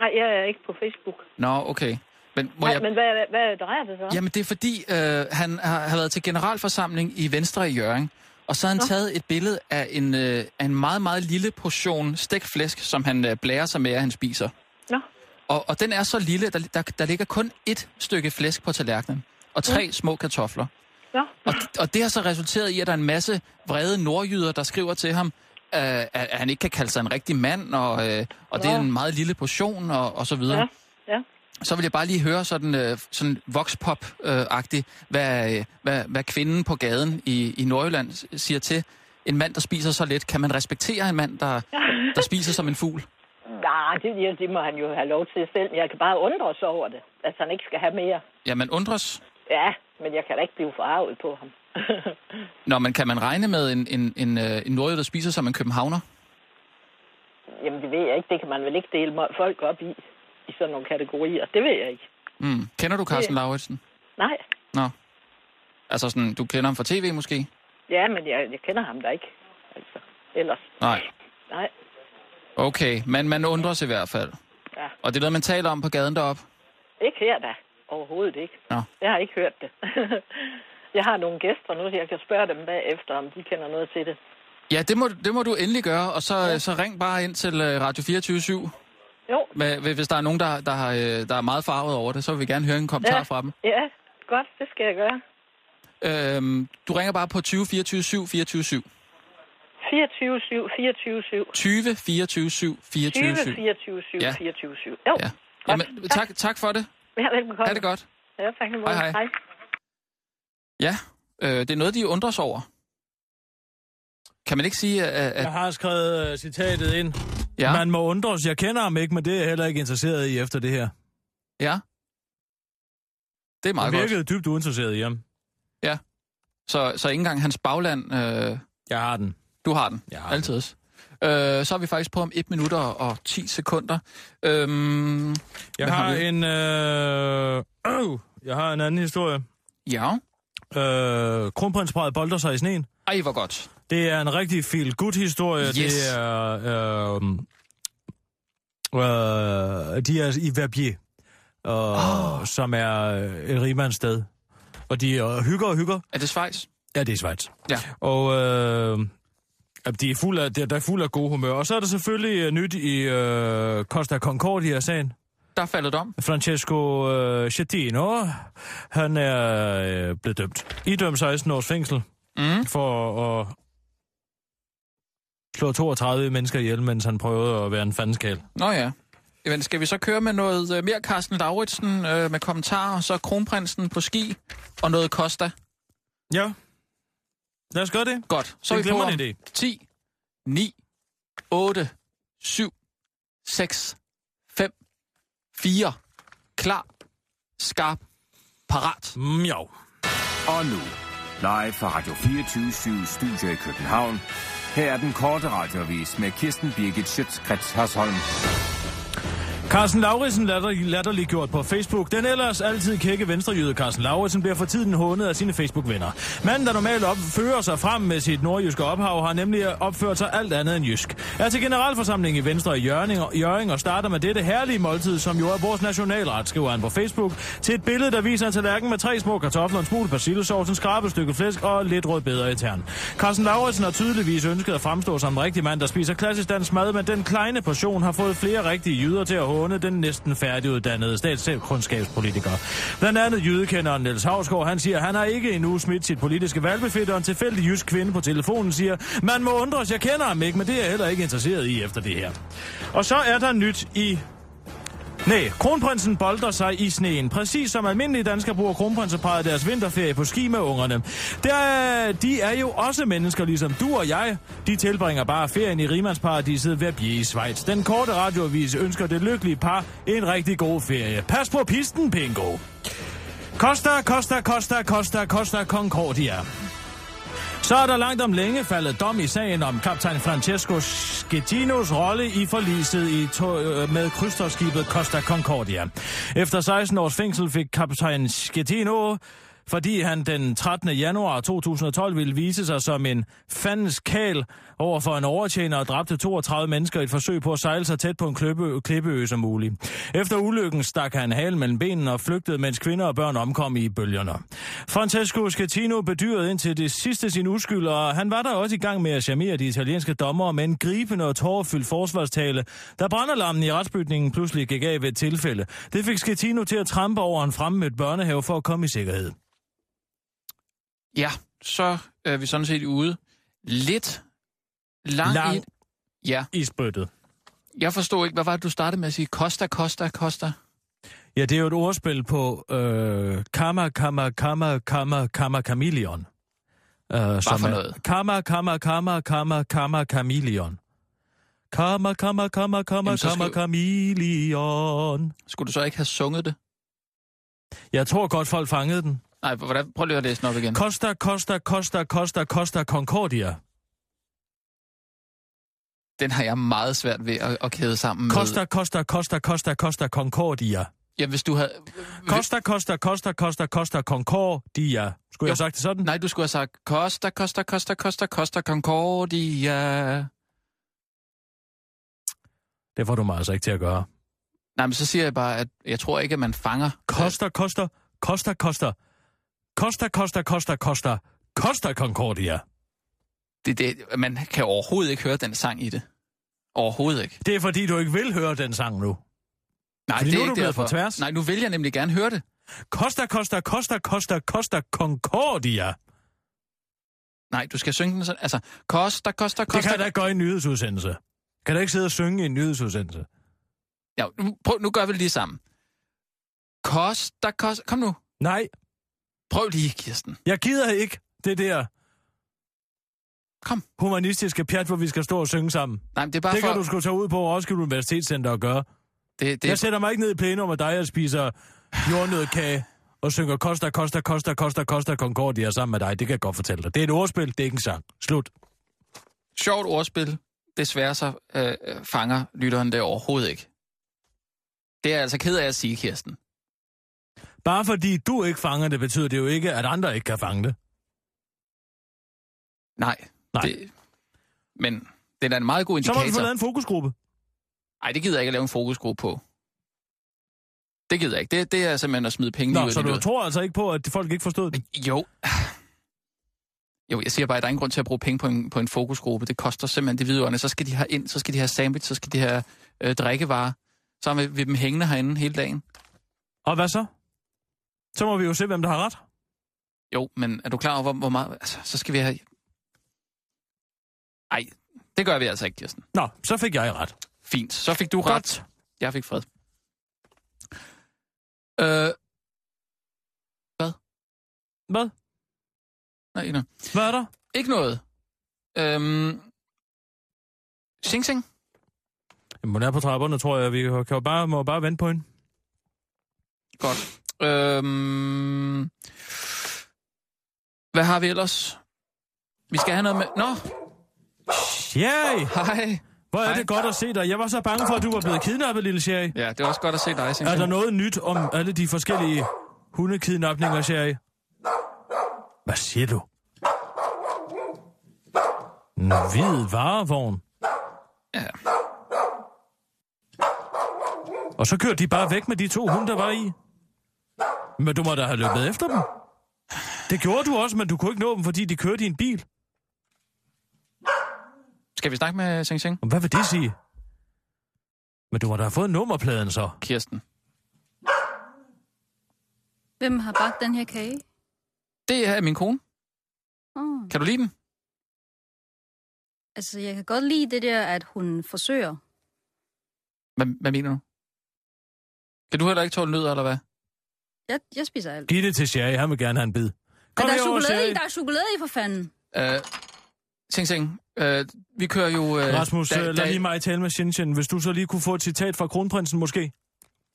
[SPEAKER 10] nej, jeg er ikke på Facebook.
[SPEAKER 4] Nå, okay. Men må
[SPEAKER 10] Nej,
[SPEAKER 4] jeg...
[SPEAKER 10] men hvad, hvad drejer det sig om?
[SPEAKER 4] Jamen, det er fordi, øh, han har, har været til generalforsamling i Venstre i Jørgen, og så har han Nå. taget et billede af en, øh, af en meget, meget lille portion stegt flæsk, som han øh, blærer sig med, at han spiser.
[SPEAKER 10] Nå.
[SPEAKER 4] Og, og den er så lille, der, der, der ligger kun et stykke flæsk på tallerkenen, og tre mm. små kartofler.
[SPEAKER 10] Nå.
[SPEAKER 4] Og, og det har så resulteret i, at der er en masse vrede nordjyder, der skriver til ham, øh, at, at han ikke kan kalde sig en rigtig mand, og, øh, og det er
[SPEAKER 10] Nå.
[SPEAKER 4] en meget lille portion, og, og så videre.
[SPEAKER 10] Ja, ja.
[SPEAKER 4] Så vil jeg bare lige høre sådan, øh, sådan voxpop-agtigt, hvad, øh, hvad, hvad kvinden på gaden i, i Nordjylland s- siger til en mand, der spiser så lidt. Kan man respektere en mand, der, der spiser som en fugl?
[SPEAKER 10] Nej, det, ja, det må han jo have lov til selv. Jeg kan bare undre sig over det, at han ikke skal have mere.
[SPEAKER 4] Ja, man undres.
[SPEAKER 10] Ja, men jeg kan da ikke blive forarvet på ham.
[SPEAKER 4] Nå, men kan man regne med en, en, en, øh, en nordjyde, der spiser som en københavner?
[SPEAKER 10] Jamen, det ved jeg ikke. Det kan man vel ikke dele mo- folk op i, i sådan nogle kategorier. Det ved jeg ikke.
[SPEAKER 4] Mm. Kender du Carsten
[SPEAKER 10] Ja.
[SPEAKER 4] Lauritsen?
[SPEAKER 10] Nej.
[SPEAKER 4] Nå. Altså sådan, du kender ham fra tv måske?
[SPEAKER 10] Ja, men jeg, jeg kender ham da ikke. Altså, ellers.
[SPEAKER 4] Nej.
[SPEAKER 10] Nej.
[SPEAKER 4] Okay, men man undres i hvert fald.
[SPEAKER 10] Ja.
[SPEAKER 4] Og det er noget, man taler om på gaden deroppe?
[SPEAKER 10] Ikke her da. Overhovedet ikke.
[SPEAKER 4] Nå.
[SPEAKER 10] Jeg har ikke hørt det. jeg har nogle gæster nu, så jeg kan spørge dem bagefter, om de kender noget til det.
[SPEAKER 4] Ja, det må, det må du endelig gøre, og så, ja. så ring bare ind til øh, Radio 24
[SPEAKER 10] Jo.
[SPEAKER 4] Hvad- Hvis der er nogen, der, der, har, øh, der er meget farvet over det, så vil vi gerne høre en kommentar ja. fra dem.
[SPEAKER 10] Ja, godt. Det skal jeg gøre.
[SPEAKER 4] Øhm, du ringer bare på 20 24 7 24 7.
[SPEAKER 10] 24 7 24 7
[SPEAKER 4] 20 24 7 24 7.
[SPEAKER 10] 20 24 7
[SPEAKER 4] Ja.
[SPEAKER 10] 24 7. Jo.
[SPEAKER 4] Ja.
[SPEAKER 10] Ja.
[SPEAKER 4] Jamen, tak, tak for det.
[SPEAKER 10] Ja, velbekomme.
[SPEAKER 4] Ha' det godt.
[SPEAKER 10] Ja, tak. i lige måde.
[SPEAKER 4] Hej, hej.
[SPEAKER 10] hej.
[SPEAKER 4] Ja, øh, det er noget, de undrer sig over. Kan man ikke sige, at...
[SPEAKER 5] Jeg
[SPEAKER 4] at
[SPEAKER 5] har skrevet øh, citatet ind. Ja.
[SPEAKER 4] ja,
[SPEAKER 5] Man må undres. Jeg kender ham ikke, men det er jeg heller ikke interesseret i efter det her.
[SPEAKER 4] ja. Det er meget
[SPEAKER 5] Jeg
[SPEAKER 4] godt.
[SPEAKER 5] virkede dybt uinteresseret i ham.
[SPEAKER 4] Så, så ikke engang hans bagland... Øh,
[SPEAKER 5] Jeg har den.
[SPEAKER 4] Du har den,
[SPEAKER 5] Jeg har
[SPEAKER 4] ja.
[SPEAKER 5] den.
[SPEAKER 4] altid. Øh, så er vi faktisk på om 1 minut og og 10 sekunder. Øhm,
[SPEAKER 5] Jeg
[SPEAKER 4] Hvad
[SPEAKER 5] har,
[SPEAKER 4] har vi?
[SPEAKER 5] en... Øh, øh, jeg har en anden historie.
[SPEAKER 4] ja.
[SPEAKER 5] Øh, Kronprinsparet bolder sig i sneen.
[SPEAKER 4] Ej, hvor godt.
[SPEAKER 5] Det er en rigtig feel-good-historie.
[SPEAKER 4] Yes.
[SPEAKER 5] Det er... Øh, øh, de er i Verbier, øh, oh. som er et rigmandssted. Og de øh, hygger og hygger.
[SPEAKER 4] Er det Schweiz?
[SPEAKER 5] Ja, det er Schweiz.
[SPEAKER 4] Ja.
[SPEAKER 5] Og øh, jamen, de er fuld af, de er, der er fuld af god humør. Og så er der selvfølgelig øh, nyt i øh, Costa Concordia-sagen.
[SPEAKER 4] Der er faldet dom.
[SPEAKER 5] Francesco øh, Schettino, han er øh, blevet dømt. Idømt 16 års fængsel
[SPEAKER 4] Mm.
[SPEAKER 5] for at slå 32 mennesker ihjel, mens han prøvede at være en fandskal.
[SPEAKER 4] Nå ja. Jamen, skal vi så køre med noget øh, mere Carsten Lauritsen øh, med kommentarer, så kronprinsen på ski og noget Costa?
[SPEAKER 5] Ja. Lad os gøre det.
[SPEAKER 4] Godt. Så er
[SPEAKER 5] Det
[SPEAKER 4] vi
[SPEAKER 5] er
[SPEAKER 4] på
[SPEAKER 5] en
[SPEAKER 4] om
[SPEAKER 5] glimrende
[SPEAKER 4] 10, 9, 8, 7, 6, 5, 4. Klar, skarp, parat.
[SPEAKER 5] Mm, jo.
[SPEAKER 8] Og nu, live fra Radio 24 Studio i København. Her er den korte radiovis med Kirsten Birgit Schøtzgrads Hasholm.
[SPEAKER 5] Carsten Lauritsen latter, latterliggjort på Facebook. Den ellers altid kække venstrejyde Carsten Lauritsen bliver for tiden hånet af sine Facebook-venner. Manden, der normalt opfører sig frem med sit nordjyske ophav, har nemlig opført sig alt andet end jysk. Er til generalforsamling i Venstre i Jørgen, Jørgen og starter med dette herlige måltid, som jo er vores nationalret, skriver han på Facebook, til et billede, der viser en tallerken med tre små kartofler, en smule persillesovs, en skrabet stykke flæsk og lidt rød bedre i tern. Carsten Lauritsen har tydeligvis ønsket at fremstå som en rigtig mand, der spiser klassisk dansk mad, men den kleine portion har fået flere rigtige jyder til at håne den næsten færdiguddannede statskundskabspolitiker. Blandt andet jydekenderen Niels Havsgaard, han siger, han har ikke endnu smidt sit politiske valgbefedt, og en tilfældig jysk kvinde på telefonen siger, man må undres, jeg kender ham ikke, men det er jeg heller ikke interesseret i efter det her. Og så er der nyt i Nej, kronprinsen bolder sig i sneen. Præcis som almindelige danskere bruger kronprinseparet deres vinterferie på ski med ungerne. Der, er- de er jo også mennesker, ligesom du og jeg. De tilbringer bare ferien i rimandsparadiset ved at blive i Schweiz. Den korte radioavis ønsker det lykkelige par en rigtig god ferie. Pas på pisten, Pingo. Costa, Costa, Costa, Costa, Costa Concordia. Så er der langt om længe faldet dom i sagen om kaptajn Francesco Schettino's rolle i forliset i to- øh, med krydstogtskibet Costa Concordia. Efter 16 års fængsel fik kaptajn Schettino fordi han den 13. januar 2012 ville vise sig som en fandens kæl over for en overtjener og dræbte 32 mennesker i et forsøg på at sejle sig tæt på en kløppe, klippeø som muligt. Efter ulykken stak han halen mellem benene og flygtede, mens kvinder og børn omkom i bølgerne. Francesco Schettino bedyrede indtil det sidste sin uskyld, og han var der også i gang med at charmere de italienske dommer med en gribende og tårerfyldt forsvarstale, da brandalarmen i retsbygningen pludselig gik af ved et tilfælde. Det fik Schettino til at trampe over en fremmødt børnehave for at komme i sikkerhed.
[SPEAKER 4] Ja, så er vi sådan set ude. Lidt lang,
[SPEAKER 5] Lang.
[SPEAKER 4] i... Ja,
[SPEAKER 5] I spyttet.
[SPEAKER 4] jeg forstod ikke, hvad var det, du startede med at sige? Costa, Costa, Costa.
[SPEAKER 5] Ja, det er jo et ordspil på øh, karma, karma, karma, karma, karma, chameleon. Uh,
[SPEAKER 4] for noget?
[SPEAKER 5] Karma, karma, karma, karma, karma, chameleon. Karma, karma, karma, karma,
[SPEAKER 4] Jamen, så
[SPEAKER 5] karma,
[SPEAKER 4] skal-
[SPEAKER 5] chameleon.
[SPEAKER 4] Skulle du så ikke have sunget det?
[SPEAKER 5] Jeg tror godt, folk fangede den.
[SPEAKER 4] Nej, hvordan? prøv lige at læse den op igen.
[SPEAKER 5] Costa, Costa, Costa, Costa, Costa Concordia.
[SPEAKER 4] Den har jeg meget svært ved at, at kæde sammen
[SPEAKER 5] Costa,
[SPEAKER 4] med.
[SPEAKER 5] Costa, Costa, Costa, Costa Concordia.
[SPEAKER 4] Ja, hvis du havde...
[SPEAKER 5] Costa, Costa, Costa, Costa, Costa Concordia. Skulle jeg
[SPEAKER 4] Jo.
[SPEAKER 5] have sagt det sådan?
[SPEAKER 4] Nej, du skulle have sagt Costa, Costa, Costa, Costa, Costa, Concordia.
[SPEAKER 5] Det får du mig altså ikke til at gøre.
[SPEAKER 4] Nej, men så siger jeg bare, at jeg tror ikke, at man fanger...
[SPEAKER 5] Koster, koster, koster, koster. Koster, koster, koster, koster. Koster Concordia.
[SPEAKER 4] Det, det, man kan overhovedet ikke høre den sang i det. Overhovedet ikke.
[SPEAKER 5] Det er fordi, du ikke vil høre den sang nu.
[SPEAKER 4] Nej,
[SPEAKER 5] Fordi
[SPEAKER 4] det
[SPEAKER 5] nu er
[SPEAKER 4] ikke
[SPEAKER 5] du blevet
[SPEAKER 4] derfor.
[SPEAKER 5] på tværs.
[SPEAKER 4] Nej, nu vil jeg nemlig gerne høre det.
[SPEAKER 5] Koster, koster, koster, koster, koster Concordia.
[SPEAKER 4] Nej, du skal synge den sådan. Altså, Costa, Costa,
[SPEAKER 5] Det kan
[SPEAKER 4] Costa...
[SPEAKER 5] jeg da ikke gøre i en nyhedsudsendelse. Kan du ikke sidde og synge i en nyhedsudsendelse?
[SPEAKER 4] Ja, nu, prøv, nu gør vi det lige sammen. Costa, Costa... Kom nu.
[SPEAKER 5] Nej,
[SPEAKER 4] Prøv lige, Kirsten.
[SPEAKER 5] jeg gider ikke det der
[SPEAKER 4] Kom.
[SPEAKER 5] humanistiske pjat, hvor vi skal stå og synge sammen.
[SPEAKER 4] Nej, men det er bare
[SPEAKER 5] Det
[SPEAKER 4] for...
[SPEAKER 5] kan du sgu tage ud på Roskilde Universitetscenter og gøre.
[SPEAKER 4] det, det,
[SPEAKER 5] Jeg sætter mig ikke ned i plenum med dig og spiser jordnødkage og synger Costa, Costa, Costa, Costa, Costa Concordia sammen med dig. Det kan jeg godt fortælle dig. Det er et ordspil, det er ikke en sang. Slut.
[SPEAKER 4] sjovt ordspil. Desværre så øh, øh, fanger lytteren det overhovedet ikke. Det er jeg altså ked af at sige, Kirsten.
[SPEAKER 5] Bare fordi du ikke fanger det, betyder det jo ikke, at andre ikke kan fange det.
[SPEAKER 4] Nej.
[SPEAKER 5] Nej.
[SPEAKER 4] Det, men det er da en meget god
[SPEAKER 5] Så må vi få lavet
[SPEAKER 4] indikator.
[SPEAKER 5] en fokusgruppe.
[SPEAKER 4] Nej, det gider jeg ikke at lave en fokusgruppe på. Det gider jeg ikke. Det, det er simpelthen at smide penge
[SPEAKER 5] Nå,
[SPEAKER 4] lige ud i
[SPEAKER 5] så du
[SPEAKER 4] luften.
[SPEAKER 5] tror altså ikke på, at folk ikke forstod det?
[SPEAKER 4] Jo. Jo, jeg siger bare, at der er ingen grund til at bruge penge på en, på en fokusgruppe. Det koster simpelthen de videre. Så skal de have ind, så skal de have sandwich, så skal de have øh, drikkevarer. Så har vi, vi dem hængende herinde hele dagen.
[SPEAKER 5] Og hvad så? Så må vi jo se, hvem der har ret.
[SPEAKER 4] Jo, men er du klar over, hvor, hvor meget... Altså, så skal vi have... Ej, det gør vi altså ikke, Kirsten.
[SPEAKER 5] Nå, så fik jeg ret.
[SPEAKER 4] Fint, så fik du
[SPEAKER 5] Godt.
[SPEAKER 4] ret. Jeg fik fred. Øh,
[SPEAKER 5] Hvad?
[SPEAKER 4] nej, nej.
[SPEAKER 5] Hvad er der?
[SPEAKER 4] Ikke noget. Øhm, sing, sing.
[SPEAKER 5] Jamen, hun er på trapperne, tror jeg. Vi kan jo bare, må bare vente på hende.
[SPEAKER 4] Godt. Øhm, hvad har vi ellers? Vi skal have noget med... Nå,
[SPEAKER 5] Yay!
[SPEAKER 4] hej.
[SPEAKER 5] Hvor er
[SPEAKER 4] Hej.
[SPEAKER 5] det godt at se dig. Jeg var så bange for, at du var blevet kidnappet, lille Sherry.
[SPEAKER 4] Ja, det er også godt at se dig, sing,
[SPEAKER 5] Er der
[SPEAKER 4] sing.
[SPEAKER 5] noget nyt om alle de forskellige hundekidnapninger, Sherry? Hvad siger du? En hvid varevogn.
[SPEAKER 4] Ja.
[SPEAKER 5] Og så kørte de bare væk med de to hunde, der var i. Men du må da have løbet efter dem. Det gjorde du også, men du kunne ikke nå dem, fordi de kørte i en bil.
[SPEAKER 4] Skal vi snakke med Sing Sing?
[SPEAKER 5] Hvad vil det sige? Men du må da have fået nummerpladen så.
[SPEAKER 4] Kirsten.
[SPEAKER 11] Hvem har bagt den her kage?
[SPEAKER 4] Det er min kone.
[SPEAKER 11] Oh.
[SPEAKER 4] Kan du lide den?
[SPEAKER 11] Altså, jeg kan godt lide det der, at hun forsøger.
[SPEAKER 4] Hvad, hvad mener du? Kan du heller ikke tåle nødder, eller hvad?
[SPEAKER 11] Jeg, jeg spiser alt.
[SPEAKER 5] Giv det til Sherry, han vil gerne have en bid.
[SPEAKER 11] Men der er,
[SPEAKER 5] herover,
[SPEAKER 11] chokolade i,
[SPEAKER 5] Sherry.
[SPEAKER 11] der er chokolade i, for fanden.
[SPEAKER 4] Øh, ting, ting. Øh, vi kører jo... Øh,
[SPEAKER 5] Rasmus,
[SPEAKER 4] da-
[SPEAKER 5] da,
[SPEAKER 4] da-
[SPEAKER 5] lad lige mig tale med Shenzhen. Hvis du så lige kunne få et citat fra kronprinsen måske?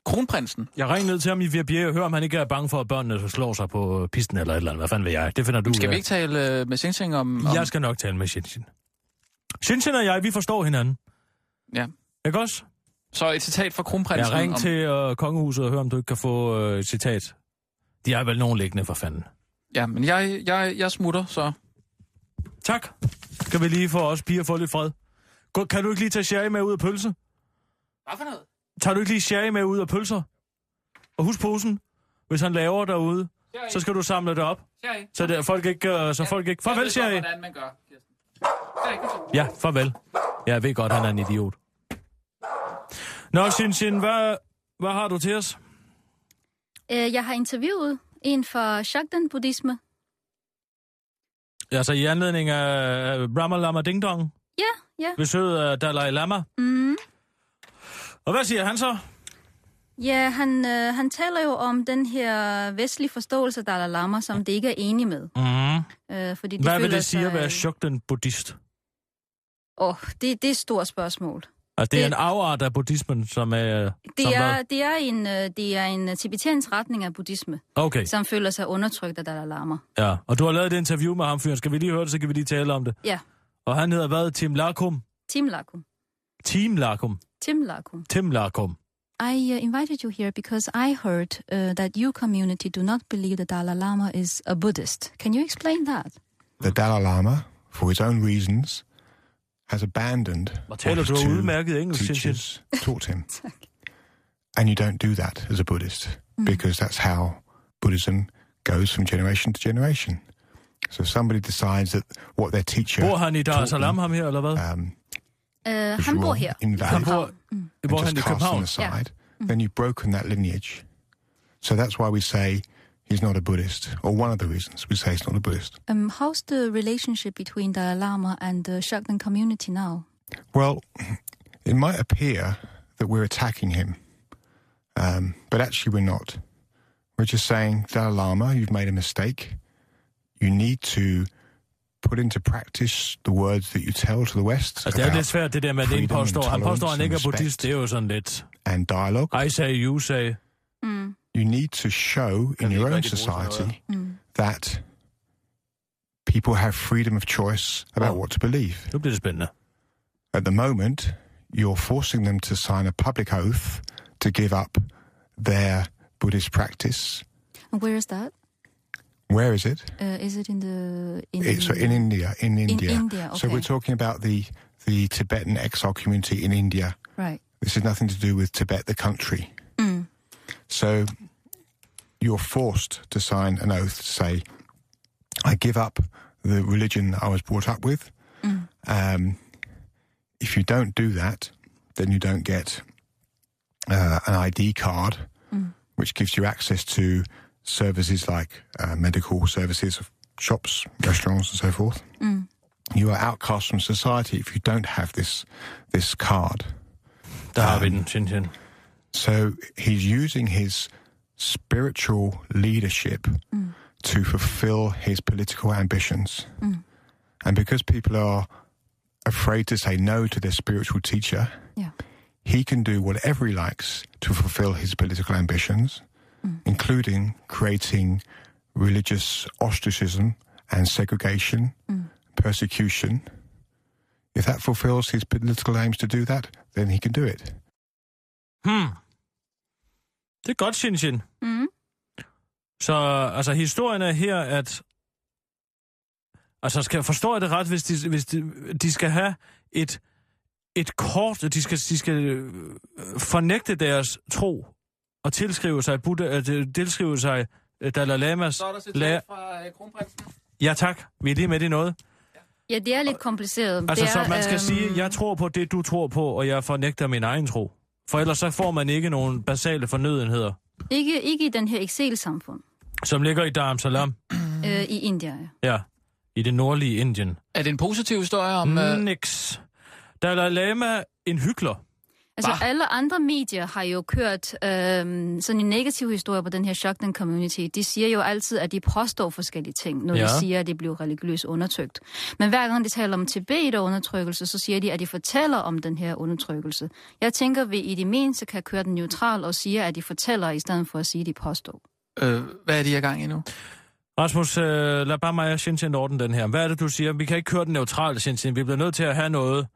[SPEAKER 4] Kronprinsen?
[SPEAKER 5] Jeg ringer ned til ham i Vierbjerg og hører, om han ikke er bange for, at børnene slår sig på øh, pisten eller et eller andet. Hvad fanden ved jeg? Det finder du
[SPEAKER 4] Skal
[SPEAKER 5] ud
[SPEAKER 4] vi
[SPEAKER 5] af.
[SPEAKER 4] ikke tale øh, med Sing Sing om... om...
[SPEAKER 5] Jeg skal nok tale med Shenzhen. Shenzhen og jeg, vi forstår hinanden.
[SPEAKER 4] Ja.
[SPEAKER 5] Ikke også?
[SPEAKER 4] Så et citat fra kronprinsen
[SPEAKER 5] Jeg ringer
[SPEAKER 4] om...
[SPEAKER 5] til øh, kongehuset og hører, om du ikke kan få øh, et citat. De har vel nogen liggende for fanden.
[SPEAKER 4] Ja, men jeg, jeg, jeg smutter, så...
[SPEAKER 5] Tak. Skal vi lige få os piger få lidt fred? Gå- Kan du ikke lige tage sherry med ud af pølse?
[SPEAKER 4] Hvad for noget?
[SPEAKER 5] Tager du ikke lige sherry med ud af pølser? Og husk posen, hvis han laver derude, så skal du samle det op.
[SPEAKER 4] Sherry.
[SPEAKER 5] Så der, folk ikke... øh, Så folk ikke... Farvel, sherry.
[SPEAKER 4] hvordan man gør, Kirsten.
[SPEAKER 5] Ja, farvel. Jeg ved godt, han er en idiot. Nå, Shin Shin, hvad, hvad har du til os?
[SPEAKER 11] Øh, jeg har interviewet en fra Shakten-buddhisme.
[SPEAKER 5] Altså i anledning af øh, Rama Lama Ding Dong,
[SPEAKER 11] Ja, ja.
[SPEAKER 5] besøget af Dalai Lama.
[SPEAKER 11] Mm.
[SPEAKER 5] Og hvad siger han så?
[SPEAKER 11] Ja, han, øh, han taler jo om den her vestlige forståelse af Dalai Lama, som det ikke er enige med.
[SPEAKER 5] Mm.
[SPEAKER 11] Øh, fordi de
[SPEAKER 5] Hvad vil
[SPEAKER 11] føler
[SPEAKER 5] det sige
[SPEAKER 11] sig-
[SPEAKER 5] at være shugten buddhist?
[SPEAKER 11] Åh, oh, det, det er et stort spørgsmål.
[SPEAKER 5] Altså, det er
[SPEAKER 11] Det-
[SPEAKER 5] en afart af buddhismen, som er... som
[SPEAKER 11] Det er,
[SPEAKER 5] hvad?
[SPEAKER 11] det, er en, øh, det er en øh, tibetansk retning af buddhisme,
[SPEAKER 5] Okay,
[SPEAKER 11] som føler sig undertrykt af Dalai Lama.
[SPEAKER 5] ja. Og du har lavet et interview med ham, fyren. Skal vi lige høre det, så kan vi lige tale om det.
[SPEAKER 11] Ja,
[SPEAKER 5] Og han hedder hvad? Tim Lakum?
[SPEAKER 11] Tim Lakum.
[SPEAKER 5] Team Lakum?
[SPEAKER 11] Tim Lakum.
[SPEAKER 5] Tim Lakum.
[SPEAKER 11] I uh, invited you here because I heard uh, that your community do not believe the Dalai Lama is a Buddhist. Can you explain that?
[SPEAKER 9] The Dalai Lama, for his own reasons, has abandoned
[SPEAKER 5] Hvor
[SPEAKER 9] what
[SPEAKER 5] taler
[SPEAKER 9] his
[SPEAKER 5] du
[SPEAKER 9] two
[SPEAKER 5] udmærket engelsk, Shin Shin?
[SPEAKER 9] teachers taught him. And you don't do that as a Buddhist
[SPEAKER 11] Mm.
[SPEAKER 9] because that's how Buddhism goes from generation to generation. So if somebody decides that what their teacher
[SPEAKER 5] Bor han i Dar
[SPEAKER 9] taught
[SPEAKER 5] es Salaam,
[SPEAKER 9] them,
[SPEAKER 5] ham her, eller hvad?
[SPEAKER 9] um,
[SPEAKER 11] Uh,
[SPEAKER 9] was
[SPEAKER 11] han bor
[SPEAKER 9] wrong,
[SPEAKER 11] her.
[SPEAKER 9] invalid,
[SPEAKER 5] Han bor,
[SPEAKER 9] and
[SPEAKER 5] bor han
[SPEAKER 9] just
[SPEAKER 5] i
[SPEAKER 9] cast them
[SPEAKER 5] København?
[SPEAKER 9] aside, then you've broken that lineage. So that's why we say he's not a Buddhist, or one of the reasons we say he's not a Buddhist.
[SPEAKER 11] Um, how's the relationship between Dalai Lama and the Shaktan community now?
[SPEAKER 9] Well, it might appear that we're attacking him, um, but actually we're not. We're just saying, Dalai Lama, you've made a mistake. You need to put into practice the words that you tell to the West
[SPEAKER 5] Altså, det er
[SPEAKER 9] about
[SPEAKER 5] lidt svært, det der med, at det
[SPEAKER 9] freedom
[SPEAKER 5] en påstår.
[SPEAKER 9] and
[SPEAKER 5] Han påstår,
[SPEAKER 9] tolerance
[SPEAKER 5] han ikke er
[SPEAKER 9] and
[SPEAKER 5] buddhist. Det er jo sådan lidt...
[SPEAKER 9] and dialogue.
[SPEAKER 5] I say, you say.
[SPEAKER 11] Mm.
[SPEAKER 9] You need to show in your own society
[SPEAKER 11] Hmm.
[SPEAKER 9] that people have freedom of choice about what to believe.
[SPEAKER 5] Nu bliver det spændende.
[SPEAKER 9] At the moment, you're forcing them to sign a public oath to give up their Buddhist practice.
[SPEAKER 11] And where is that?
[SPEAKER 9] Where is it?
[SPEAKER 11] Uh, is it in the in
[SPEAKER 5] Eh,
[SPEAKER 9] It- so in India, in
[SPEAKER 11] In
[SPEAKER 9] India.
[SPEAKER 11] India,
[SPEAKER 9] So we're
[SPEAKER 11] okay.
[SPEAKER 9] talking about the the Tibetan exile community in India.
[SPEAKER 11] right?
[SPEAKER 9] This has nothing to do with Tibet, the country.
[SPEAKER 11] Mm.
[SPEAKER 9] So you're forced to sign an oath to say, I give up the religion I was brought up with.
[SPEAKER 11] Mm.
[SPEAKER 9] Um, if you don't do that, then you don't get uh, an ID card,
[SPEAKER 11] Mm.
[SPEAKER 9] which gives you access to services like uh, medical services, shops, restaurants, and so forth.
[SPEAKER 11] Mm.
[SPEAKER 9] You are outcast from society if you don't have this this card.
[SPEAKER 5] Der har
[SPEAKER 9] Um,
[SPEAKER 5] vi den, Shin Shin.
[SPEAKER 9] So he's using his spiritual leadership to fulfill his political ambitions.
[SPEAKER 11] Mm.
[SPEAKER 9] And because people are afraid to say no to their spiritual teacher,
[SPEAKER 11] Yeah.
[SPEAKER 9] he can do whatever he likes to fulfill his political ambitions, including creating religious ostracism and segregation, persecution. If that fulfills his political aims to do that, then he can do it.
[SPEAKER 5] Hmm. Det er godt, Shin Shin.
[SPEAKER 11] Mm.
[SPEAKER 5] Så altså, historien er her, at... Altså, skal, forstår jeg det ret, hvis de, hvis de, de skal have et, et kort, de skal, de skal øh, fornægte deres tro og tilskrive sig, Buddha, øh, de- tilskrive sig øh, Dalai Lamas... la-
[SPEAKER 4] fra øh, kronprinsen.
[SPEAKER 5] ja, tak. Vi er lige med i noget.
[SPEAKER 11] Ja, det er lidt kompliceret.
[SPEAKER 5] Altså,
[SPEAKER 11] det er,
[SPEAKER 5] så man skal
[SPEAKER 11] øhm,
[SPEAKER 5] sige, jeg tror på det, du tror på, og jeg fornægter min egen tro. For ellers så får man ikke nogen basale fornødenheder,
[SPEAKER 11] ikke, ikke i den her eksilsamfund
[SPEAKER 5] som ligger i Dar es Salaam.
[SPEAKER 11] øh, i India. ja.
[SPEAKER 5] Ja, i det nordlige Indien.
[SPEAKER 4] øh, Er det en positiv historie om... Mm.
[SPEAKER 5] Niks. Dalai Lama, en hyggelig.
[SPEAKER 11] Altså
[SPEAKER 4] Hva?
[SPEAKER 11] alle andre medier har jo kørt øhm, sådan en negativ historie på den her Shotgun Community. De siger jo altid, at de påstår forskellige ting, når ja.
[SPEAKER 12] Ja.
[SPEAKER 11] de siger, at de bliver religiøst undertrykt. Men hver gang de taler om Tibet og undertrykkelse, så siger de, at de fortæller om den her undertrykkelse. Jeg tænker, at vi i det mindste kan køre den neutral og sige, at de fortæller, i stedet for at sige, at de påstår.
[SPEAKER 4] Øh, hvad er de i gang i nu?
[SPEAKER 5] Rasmus, øh, lad bare mig og Shenzhen ordne den her. Hvad er det, du siger? Vi kan ikke køre den neutralt, Shenzhen. Vi bliver nødt til at have noget.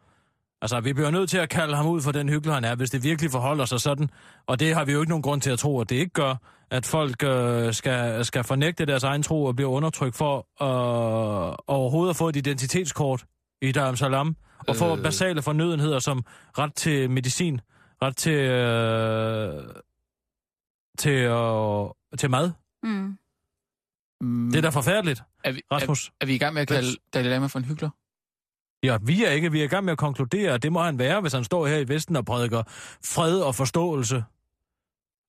[SPEAKER 5] Altså, vi bliver nødt til at kalde ham ud for den hyggelig, han er, hvis det virkelig forholder sig sådan. Og det har vi jo ikke nogen grund til at tro, at det ikke gør. At folk øh, skal, skal fornægte deres egen tro og blive undertrykt for øh, overhovedet at få et identitetskort i Dar Salam. Og få
[SPEAKER 4] Øh.
[SPEAKER 5] basale fornødenheder som ret til medicin, ret til, øh, til, øh, til mad.
[SPEAKER 11] Mm.
[SPEAKER 5] Det er da forfærdeligt,
[SPEAKER 4] Mm, er vi,
[SPEAKER 5] Rasmus.
[SPEAKER 4] Er, er vi i gang med at kalde Dalai Lama for en hyggelig?
[SPEAKER 5] Ja, vi er ikke. Vi er i gang med at konkludere, at det må han være, hvis han står her i Vesten og prædiker fred og forståelse.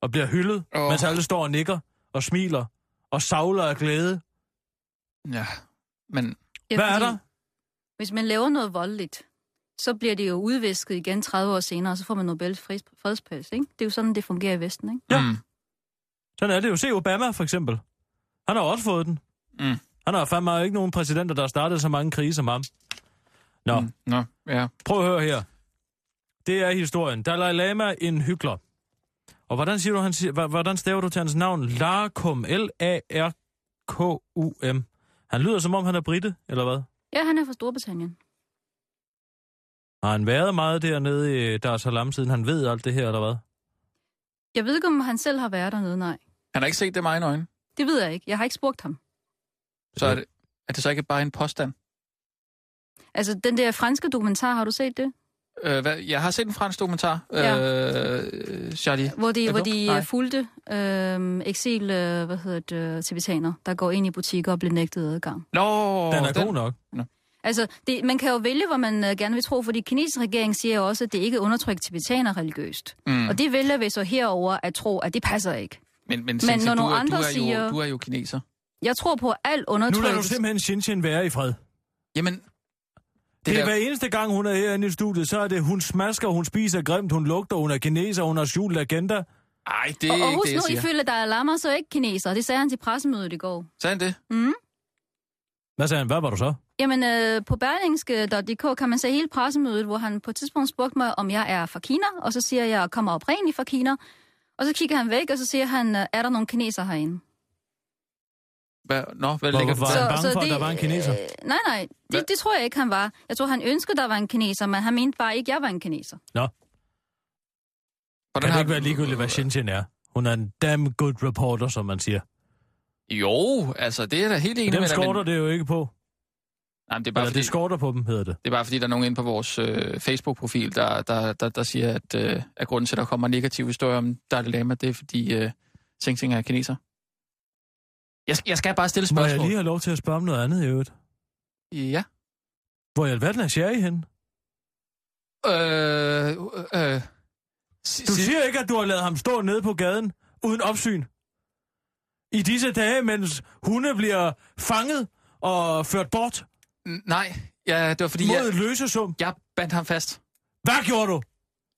[SPEAKER 5] Og bliver hyldet, oh. mens alle står og nikker og smiler og savler af glæde.
[SPEAKER 4] Ja, men...
[SPEAKER 11] Ja,
[SPEAKER 5] Hvad er
[SPEAKER 11] fordi-
[SPEAKER 5] der?
[SPEAKER 11] Hvis man laver noget voldeligt, så bliver det jo udvisket igen 30 år senere, og så får man Nobels fris- fredspris. Ikke? Det er jo sådan, det fungerer i Vesten. Ikke?
[SPEAKER 5] Ja. Mm. Sådan er det jo. Se Obama for eksempel. Han har også fået den.
[SPEAKER 4] Mm.
[SPEAKER 5] Han har fandme ikke nogen præsidenter, der har startet så mange krige som ham. Nå. Mm.
[SPEAKER 4] Nå, ja.
[SPEAKER 5] Prøv at høre her. Det er historien. Dalai Lama, en hyggelig. Og hvordan, siger du, han siger, hva- hvordan staver du til hans navn? Larkum. L-A-R-K-U-M. Han lyder, som om han er brite, eller hvad?
[SPEAKER 11] Ja, han er fra Storbritannien.
[SPEAKER 5] Har han været meget dernede i Dar es Salaam, siden han ved alt det her, eller hvad?
[SPEAKER 11] Jeg ved ikke, om han selv har været dernede, nej.
[SPEAKER 4] Han har ikke set det med egne øjne.
[SPEAKER 11] Det ved jeg ikke. Jeg har ikke spurgt ham.
[SPEAKER 4] Så er det, er det så ikke bare en påstand?
[SPEAKER 11] Altså, den der franske dokumentar, har du set det?
[SPEAKER 4] Øh, hvad, jeg har set en fransk dokumentar.
[SPEAKER 11] Ja.
[SPEAKER 4] Øh, Charlie.
[SPEAKER 11] Hvor de,
[SPEAKER 4] Hebdo?
[SPEAKER 11] hvor de
[SPEAKER 4] Nej.
[SPEAKER 11] Nej. fulgte øh, eksil, øh, hvad hedder det, tibetanere, der går ind i butikker og bliver nægtet adgang.
[SPEAKER 4] Nå,
[SPEAKER 5] den er god nok.
[SPEAKER 11] Altså, det, man kan jo vælge, hvor man øh, gerne vil tro, fordi kinesiske regering siger jo også, at det ikke undertrykker tibetaner religiøst.
[SPEAKER 4] Mm.
[SPEAKER 11] Mm. Og det vælger vi så herover at tro, at det passer ikke.
[SPEAKER 4] Men, men,
[SPEAKER 11] Men
[SPEAKER 4] Sissel,
[SPEAKER 11] når
[SPEAKER 4] du,
[SPEAKER 11] nogle
[SPEAKER 4] er-
[SPEAKER 11] andre
[SPEAKER 4] du, er
[SPEAKER 11] siger-
[SPEAKER 4] jo, du er jo kineser.
[SPEAKER 11] Jeg tror på, at al
[SPEAKER 5] Nu lader du
[SPEAKER 11] undertrykkelse...
[SPEAKER 5] simpelthen Xinjiang være i fred.
[SPEAKER 4] Jamen... Det,
[SPEAKER 5] det er
[SPEAKER 4] der-
[SPEAKER 5] hver eneste gang, hun er herinde i studiet, så er det, hun smasker, hun spiser grimt, hun lugter, hun er kineser, hun har skjult agenda.
[SPEAKER 4] Ej, det er
[SPEAKER 11] og, og
[SPEAKER 4] ikke
[SPEAKER 11] husk nu,
[SPEAKER 4] det, jeg siger.
[SPEAKER 11] ifølge Dalai Lama, så er ikke kineser. Det sagde han til pressemødet i går.
[SPEAKER 4] Sagde han det?
[SPEAKER 11] Mm.
[SPEAKER 5] Hvad sagde han? Hvad var du så?
[SPEAKER 11] Jamen, øh, på berlingske.dk kan man se hele pressemødet, hvor han på et tidspunkt spurgte mig, om jeg er fra Kina, og så siger jeg, at jeg kommer oprindeligt fra Kina. Og så kigger han væk, og så siger han, øh, er der nogle kineser herinde?
[SPEAKER 4] Hvad, nå, hvad ligger du
[SPEAKER 5] var
[SPEAKER 4] der?
[SPEAKER 5] han bange for, at der var en kineser?
[SPEAKER 11] Øh, Nej, nej, det, det tror jeg ikke, han var. Jeg tror, han ønskede, der var en kineser, men han mente bare ikke, jeg var en kineser.
[SPEAKER 5] Nå. Hvordan kan det ikke være ligegyldigt, hvad Xinjiang er? Hun er en damn good reporter, som man siger.
[SPEAKER 4] Jo, altså, det er da helt enig
[SPEAKER 5] Dem
[SPEAKER 4] med dig.
[SPEAKER 5] skorter det jo ikke på.
[SPEAKER 4] Nej, men det er bare
[SPEAKER 5] Eller
[SPEAKER 4] fordi,
[SPEAKER 5] det skorter på dem, hedder det.
[SPEAKER 4] Det er bare fordi, der er nogen inde på vores øh, Facebook-profil, der, der, der, der siger, at, øh, at grunden til, at der kommer negative historier om Dalai Lama, det er fordi øh, Xing Xing er kineser. Jeg, skal- jeg skal bare stille
[SPEAKER 5] Må jeg
[SPEAKER 4] spørgsmål.
[SPEAKER 5] lige have lov til at spørge om noget andet i øvrigt?
[SPEAKER 4] Ja.
[SPEAKER 5] Hvor i alverden er Sherry henne?
[SPEAKER 4] Øh, øh, øh,
[SPEAKER 5] Du siger ikke, at du har lavet ham stå nede på gaden uden opsyn. I disse dage, mens hunde bliver fanget og ført bort
[SPEAKER 4] n- nej, ja, det var fordi,
[SPEAKER 5] mod
[SPEAKER 4] jeg,
[SPEAKER 5] et løsesum.
[SPEAKER 4] jeg bandt ham fast.
[SPEAKER 5] Hvad gjorde du?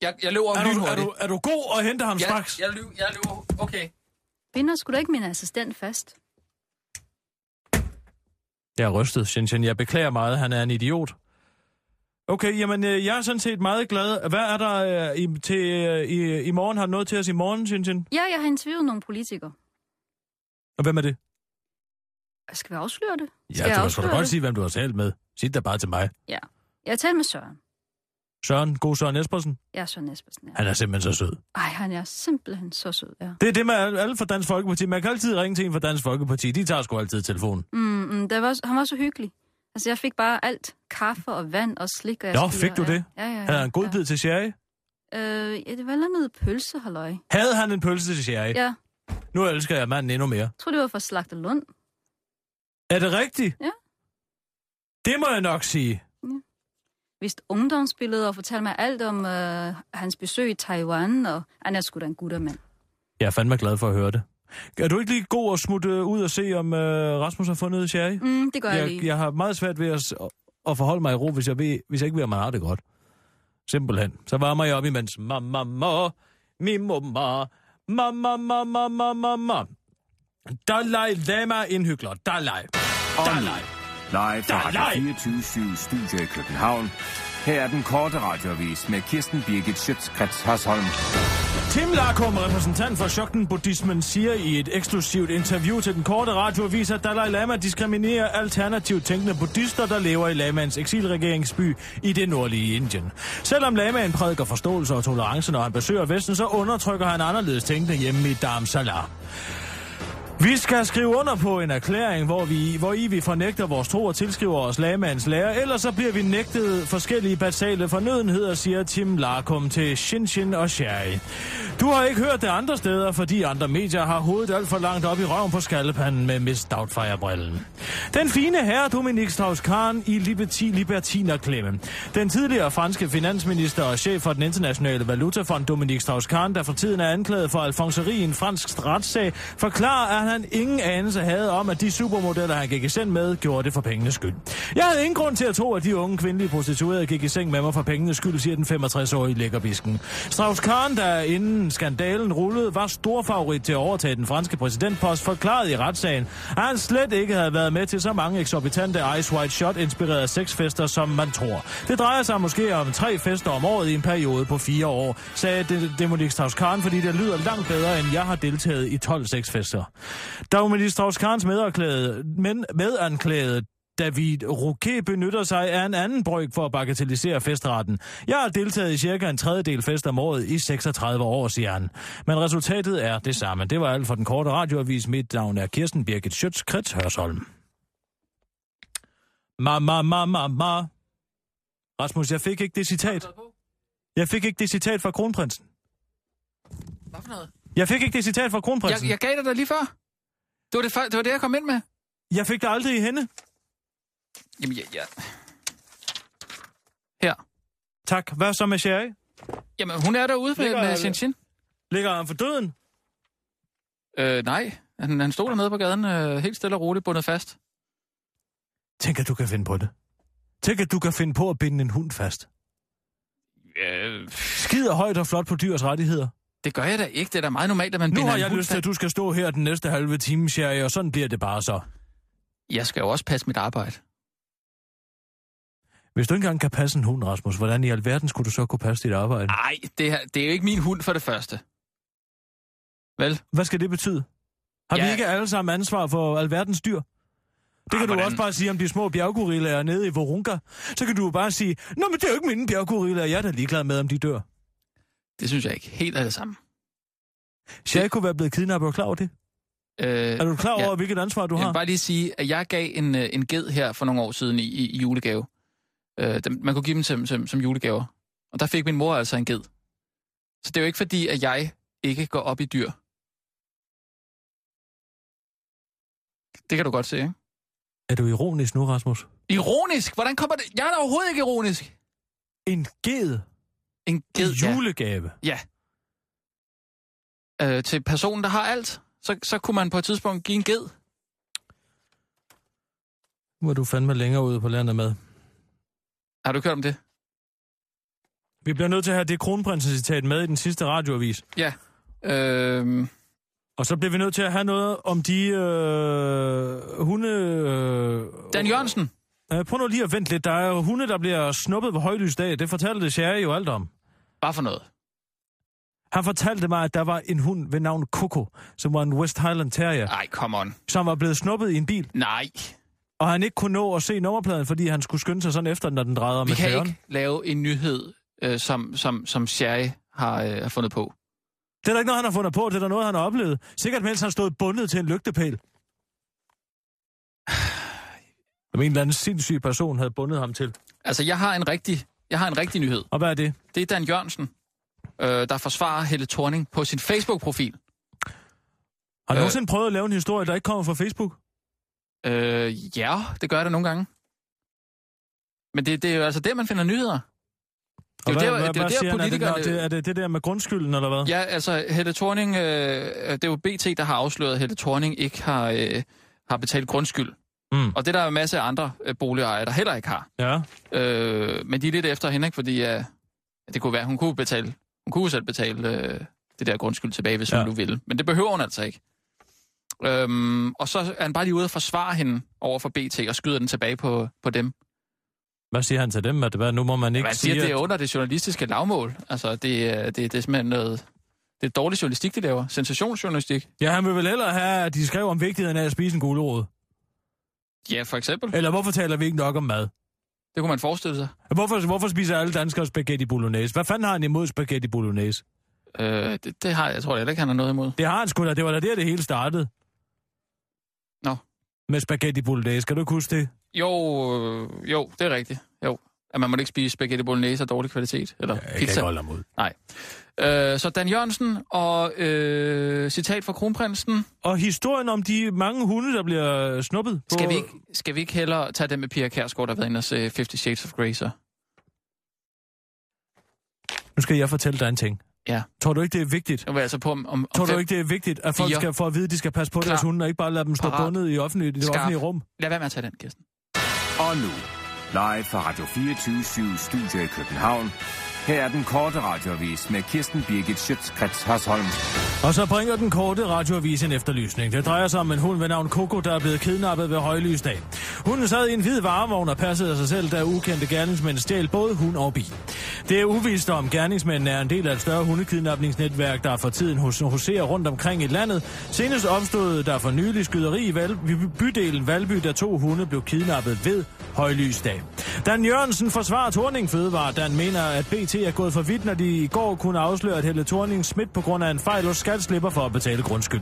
[SPEAKER 4] Jeg, jeg løber
[SPEAKER 5] Er du, er,
[SPEAKER 4] lynhurtigt.
[SPEAKER 5] du, er du god at hente ham
[SPEAKER 4] jeg,
[SPEAKER 5] straks?
[SPEAKER 4] Jeg, løb, jeg løber. Okay.
[SPEAKER 11] Binder skulle da ikke min assistent fast?
[SPEAKER 5] Jeg er rystet, Shenzhen. Jeg beklager meget. Han er en idiot. Okay, jamen, øh, jeg er sådan set meget glad. Hvad er der øh, i, til, øh, i, i morgen? Har du noget til os i morgen, Shenzhen?
[SPEAKER 11] Ja, jeg har interviewet nogle politikere.
[SPEAKER 5] Og hvem er det?
[SPEAKER 11] Skal vi afsløre det?
[SPEAKER 5] Ja,
[SPEAKER 11] Skal jeg
[SPEAKER 5] du skal da
[SPEAKER 11] afsløre
[SPEAKER 5] godt
[SPEAKER 11] det?
[SPEAKER 5] sige, hvem du har talt med. Sig det bare til mig.
[SPEAKER 11] Ja. Jeg har talt med Søren.
[SPEAKER 5] Søren, god Søren Espersen.
[SPEAKER 11] Ja, Søren Espersen. Ja.
[SPEAKER 5] Han er simpelthen så sød.
[SPEAKER 11] Ej, han er simpelthen så sød, ja.
[SPEAKER 5] Det er det med alle alle fra Dansk Folkeparti. Man kan altid ringe til en fra Dansk Folkeparti. De tager sgu altid telefonen.
[SPEAKER 11] Mm, mm, det var, han var så hyggelig. Altså, jeg fik bare alt. Kaffe og vand og slik. Og jeg
[SPEAKER 5] Nå,
[SPEAKER 11] skulle-
[SPEAKER 5] fik du
[SPEAKER 11] ja.
[SPEAKER 5] det?
[SPEAKER 11] Ja, ja, ja.
[SPEAKER 5] Havde han god bid til sherry?
[SPEAKER 11] Øh, ja, det var noget pølse, halløj.
[SPEAKER 5] Havde han en pølse til sherry?
[SPEAKER 11] Ja,
[SPEAKER 5] Nu elsker jeg manden endnu mere.
[SPEAKER 11] jeg tror, det var fra Slagterlund.
[SPEAKER 5] Er det rigtigt?
[SPEAKER 11] Ja.
[SPEAKER 5] Det må jeg nok sige.
[SPEAKER 11] Vist ungdomsbilleder og fortalte mig alt om øh, hans besøg i Taiwan, og han er sgu da en guttermand.
[SPEAKER 5] Jeg er fandme glad for at høre det. Er du ikke lige god at smutte øh, ud og se, om øh, Rasmus har fundet sherry?
[SPEAKER 11] Mm, det gør jeg,
[SPEAKER 5] jeg,
[SPEAKER 11] lige.
[SPEAKER 5] jeg har meget svært ved at, s- at forholde mig i ro, hvis jeg, ved, hvis jeg ikke ved, om man har det godt. Simpelthen. Så varmer jeg op imens. Ma, ma, ma, mi, mo, ma, ma, ma, ma, ma, ma, ma, ma. Dalai Lama indhygler. Dalai. Dalai.
[SPEAKER 8] Live fra Radio 24 Studio i København. Her er den korte radiovis med Kirsten Birgit Schøtzgrads Hasholm.
[SPEAKER 5] Tim Larkum, repræsentant for Shokten Buddhismen, siger i et eksklusivt interview til den korte radioavis, at Dalai Lama diskriminerer alternativt tænkende buddhister, der lever i Lamans eksilregeringsby i det nordlige Indien. Selvom Lamaen prædiker forståelse og tolerance, når han besøger Vesten, så undertrykker han anderledes tænkende hjemme i Dharamsala. Vi skal skrive under på en erklæring, hvor, vi, hvor I vi fornægter vores tro og tilskriver os lagmandens lære, ellers så bliver vi nægtet forskellige basale fornødenheder, siger Tim Larkum til Shinshin og Sherry. Du har ikke hørt det andre steder, fordi andre medier har hovedet alt for langt op i røven på skallepanden med Miss Doubtfire-brillen. Den fine herre Dominik Strauss-Kahn i Liberti Libertinerklemme. Den tidligere franske finansminister og chef for den internationale valutafond Dominik Strauss-Kahn, der for tiden er anklaget for alfonseri i en fransk retssag, forklarer, at han ingen anelse havde om, at de supermodeller, han gik i seng med, gjorde det for pengenes skyld. Jeg havde ingen grund til at tro, at de unge kvindelige prostituerede gik i seng med mig for pengenes skyld, siger den 65-årige lækkerbisken. Strauss-Kahn, der inden skandalen rullede, var stor favorit til at overtage den franske præsidentpost, forklarede i retssagen, at han slet ikke havde været med til så mange eksorbitante Ice White Shot-inspirerede sexfester, som man tror. Det drejer sig måske om tre fester om året i en periode på fire år, sagde det- Demonique Strauss-Kahn, fordi det lyder langt bedre, end jeg har deltaget i 12 sexfester. Dominique Strauss-Kahns medanklagede, men medanklagede David Roquet benytter sig af en anden bryg for at bagatellisere festretten. Jeg har deltaget i cirka en tredjedel fest om året i 36 år, siger han. Men resultatet er det samme. Det var alt for den korte radioavis. Mit navn er Kirsten Birgit Schøtz, Krets Hørsholm. Ma, ma, ma, ma, ma. Rasmus, jeg fik ikke det citat. Jeg fik ikke det citat fra kronprinsen.
[SPEAKER 4] Hvad for noget?
[SPEAKER 5] Jeg fik ikke det citat fra kronprinsen.
[SPEAKER 4] Jeg, jeg gav dig det lige før. Det var det, før, det var det, jeg kom ind med.
[SPEAKER 5] Jeg fik det aldrig i hende.
[SPEAKER 4] Jamen, ja, ja.
[SPEAKER 5] Tak. Hvad så med Sherry?
[SPEAKER 4] Jamen, hun er derude med,
[SPEAKER 5] Ligger-
[SPEAKER 4] med Shin Shin.
[SPEAKER 5] Ligger han for døden?
[SPEAKER 4] Øh, nej. Han, han stod dernede på gaden, øh, helt stille og roligt, bundet fast.
[SPEAKER 5] Tænk, at du kan finde på det. Tænk, at du kan finde på at binde en hund fast.
[SPEAKER 4] Øh,
[SPEAKER 5] Skider højt og flot på dyrs rettigheder.
[SPEAKER 4] det gør jeg da ikke. Det er da meget normalt, at man
[SPEAKER 5] Nu
[SPEAKER 4] binder
[SPEAKER 5] har
[SPEAKER 4] en
[SPEAKER 5] jeg
[SPEAKER 4] hund
[SPEAKER 5] lyst til,
[SPEAKER 4] fast.
[SPEAKER 5] at du skal stå her den næste halve time, Sherry, og sådan bliver det bare så.
[SPEAKER 4] Jeg skal jo også passe mit arbejde.
[SPEAKER 5] Hvis du ikke engang kan passe en hund, Rasmus, hvordan i alverden skulle du så kunne passe dit arbejde?
[SPEAKER 4] Nej, det, her- det er jo ikke min hund for det første. Vel?
[SPEAKER 5] Hvad skal det betyde? Har ja. vi
[SPEAKER 4] Ja.
[SPEAKER 5] ikke alle sammen ansvar for alverdens dyr? Det kan du
[SPEAKER 4] hvordan-
[SPEAKER 5] også bare sige om de små bjerggorillaer nede i Vorunga. Så kan du jo bare sige, Nå, men det er jo ikke mine bjerggorillaer, jeg er da ligeglad med, om de dør.
[SPEAKER 4] Det synes jeg ikke helt er det samme.
[SPEAKER 5] Sherry kunne være blevet kidnappet, er du klar over det?
[SPEAKER 4] Øh,
[SPEAKER 5] Er du klar over, ja. hvilket ansvar du
[SPEAKER 4] Jeg
[SPEAKER 5] har?
[SPEAKER 4] vil bare lige sige, at jeg gav en, øh, en ged her for nogle år siden i, i, i julegave. Øh, dem, man kunne give dem som, som, som julegaver. Og der fik min mor altså en ged. Så det er jo ikke fordi, at jeg ikke går op i dyr. Det kan du godt se, ikke?
[SPEAKER 5] Er du ironisk nu, Rasmus?
[SPEAKER 4] Ironisk? Hvordan kommer det? Jeg er da overhovedet ikke ironisk.
[SPEAKER 5] En ged?
[SPEAKER 4] En ged, ja.
[SPEAKER 5] Julegave?
[SPEAKER 4] Ja. Øh, til personen, der har alt, så, så kunne man på et tidspunkt give en ged.
[SPEAKER 5] Nu er du fandme længere ude på landet med.
[SPEAKER 4] Har du hørt om det?
[SPEAKER 5] Vi bliver nødt til at have det kronprinsens citat med i den sidste radioavis.
[SPEAKER 4] Ja. Øh,
[SPEAKER 5] Og så bliver vi nødt til at have noget om de øh, hunde... Øh,
[SPEAKER 4] Dan Jørgensen.
[SPEAKER 5] øh, prøv nu lige at vente lidt. Der er jo hunde, der bliver snuppet ved højlys dag. Det fortalte Sherry jo alt om.
[SPEAKER 4] Bare for noget.
[SPEAKER 5] Han fortalte mig, at der var en hund ved navn Coco, som var en West Highland Terrier,
[SPEAKER 4] Ej, come on.
[SPEAKER 5] som var blevet snuppet i en bil,
[SPEAKER 4] Nej.
[SPEAKER 5] og han ikke kunne nå at se nummerpladen, fordi han skulle skynde sig sådan efter, den, når den drejede om
[SPEAKER 4] Vi
[SPEAKER 5] et
[SPEAKER 4] kan
[SPEAKER 5] hjørne.
[SPEAKER 4] ikke lave en nyhed, øh, som, som, som Sherry har, øh, har fundet på.
[SPEAKER 5] Det er da ikke noget, han har fundet på. Det er da noget, han har oplevet. Sikkert mens han stod bundet til en lygtepæl. Som en eller anden sindssyg person havde bundet ham til.
[SPEAKER 4] Altså, jeg har en rigtig, jeg har en rigtig nyhed.
[SPEAKER 5] Og hvad er det?
[SPEAKER 4] Det er Dan Jørgensen, øh, der forsvarer Helle Thorning på sin Facebook-profil.
[SPEAKER 5] Har du
[SPEAKER 4] Øh.
[SPEAKER 5] nogensinde prøvet at lave en historie, der ikke kommer fra Facebook?
[SPEAKER 4] Øh, ja, det gør jeg da nogle gange. Men det, det er jo altså der, man finder nyheder.
[SPEAKER 5] Og
[SPEAKER 4] Det er jo
[SPEAKER 5] hvad,
[SPEAKER 4] der,
[SPEAKER 5] hvad,
[SPEAKER 4] det er jo
[SPEAKER 5] hvad
[SPEAKER 4] der
[SPEAKER 5] siger han? Er det,
[SPEAKER 4] politikerne...
[SPEAKER 5] nå, det, er det det der med grundskylden, eller hvad?
[SPEAKER 4] Ja, altså Helle Thorning, øh, det er jo BT, der har afsløret, at Helle Thorning ikke har, øh, har betalt grundskyld.
[SPEAKER 5] Mm.
[SPEAKER 4] Og det er der er masser af andre øh, boligejere, der heller ikke har.
[SPEAKER 5] Ja.
[SPEAKER 4] Øh, men de er lidt efter hende, ikke? fordi øh, det kunne være, hun kunne betale, hun kunne selv betale øh, det der grundskyld tilbage, hvis ja. hun nu ville. Men det behøver hun altså ikke. Øhm, og så er han bare lige ude og forsvare hende over for BT og skyder den tilbage på, på dem.
[SPEAKER 5] Hvad siger han til dem? At, hvad, nu må man ikke
[SPEAKER 4] Man
[SPEAKER 5] sige...
[SPEAKER 4] siger, det Altså, er
[SPEAKER 5] at-
[SPEAKER 4] under det journalistiske lavmål. Altså, det, er- det, det er simpelthen noget... Det er dårlig journalistik, de laver. Sensationsjournalistik.
[SPEAKER 5] Ja, han vil vel hellere have, at de skrev om vigtigheden af at spise en gulerod.
[SPEAKER 4] Ja, for eksempel.
[SPEAKER 5] Eller hvorfor taler vi ikke nok om mad?
[SPEAKER 4] Det kunne man forestille sig.
[SPEAKER 5] Hvorfor, hvorfor spiser alle danskere spaghetti bolognese? Hvad fanden har han imod spaghetti bolognese?
[SPEAKER 4] Øh, det, det har jeg, tror jeg heller ikke, han har noget imod.
[SPEAKER 5] Det har han sgu da. Det var da der, det hele startede.
[SPEAKER 4] Nå.
[SPEAKER 5] Med spaghetti bolognese. Kan du ikke huske det?
[SPEAKER 4] Jo, øh, jo, det er rigtigt. Jo. At man må ikke spise spaghetti bolognese af dårlig kvalitet. Eller ja, pizza.
[SPEAKER 5] holde ham ud.
[SPEAKER 4] Nej. Øh, så Dan Jørgensen og øh, citat fra kronprinsen.
[SPEAKER 5] Og historien om de mange hunde, der bliver snuppet på...
[SPEAKER 4] Skal vi ikke, skal vi ikke hellere tage den med Pia Kærsgaard, der har været inde og se 50 Shades of Grey, så?
[SPEAKER 5] Nu skal jeg fortælle dig en ting.
[SPEAKER 4] Ja.
[SPEAKER 5] Tror du ikke, det er vigtigt?
[SPEAKER 4] Nu vil jeg altså på, om, om
[SPEAKER 5] Tror
[SPEAKER 4] om
[SPEAKER 5] du
[SPEAKER 4] fem-
[SPEAKER 5] ikke, det er vigtigt, at folk
[SPEAKER 4] Fire.
[SPEAKER 5] skal få at vide, at de skal passe på
[SPEAKER 4] Klar.
[SPEAKER 5] deres hunde, og ikke bare lade dem stå
[SPEAKER 4] Parat.
[SPEAKER 5] bundet i, offentlige, i det
[SPEAKER 4] Skarp.
[SPEAKER 5] offentlige rum?
[SPEAKER 4] Lad være med at tage den, Kirsten.
[SPEAKER 8] Og nu, live fra Radio 24 Studio i København. Her er den korte radiovis med Kirsten Birgit Schøtzgrads Hasholm.
[SPEAKER 5] Og så bringer den korte radioavis en efterlysning. Det drejer sig om en hund ved navn Coco, der er blevet kidnappet ved højlysdag. Hunden sad i en hvid varevogn og passede af sig selv, da ukendte gerningsmænd stjal både hund og bil. Det er uvist, om gerningsmændene er en del af et større hundekidnapningsnetværk, der for tiden hos huserer rundt omkring i landet. Senest opstod der for nylig skyderi i Val- by- bydelen Valby, da to hunde blev kidnappet ved højlysdag. Dan Jørgensen forsvarer Torning Fødevare. Dan mener, at BT er gået for vidt, når de i går kunne afsløre, at Helle Torning smidt på grund af en fejl hos skat slipper for at betale grundskyld.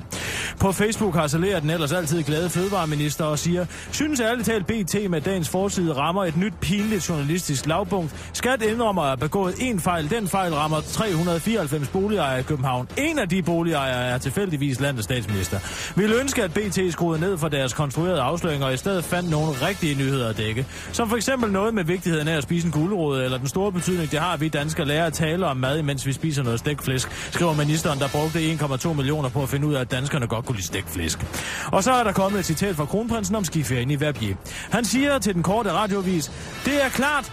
[SPEAKER 5] På Facebook harcelerer den ellers altid glade fødevareminister og siger, synes ærligt talt BT med dagens forside rammer et nyt pinligt journalistisk lavpunkt. Skat indrømmer at have begået en fejl. Den fejl rammer 394 boligejere i København. En af de boligejere er tilfældigvis landets statsminister. Vi ville ønske, at BT skruede ned for deres konstruerede afsløringer og i stedet fandt nogle rigtige nyheder at dække. Som for eksempel noget med vigtigheden af at spise en gulerod, eller den store betydning, det har at vi danskere lærer at tale om mad, mens vi spiser noget stækflæsk, skriver ministeren, der brugte 1,2 millioner på at finde ud af, at danskerne godt kunne lide stækflæsk. Og så er der kommet et citat fra kronprinsen om skiferien i Verbier. Han siger til den korte radiovis, det er klart,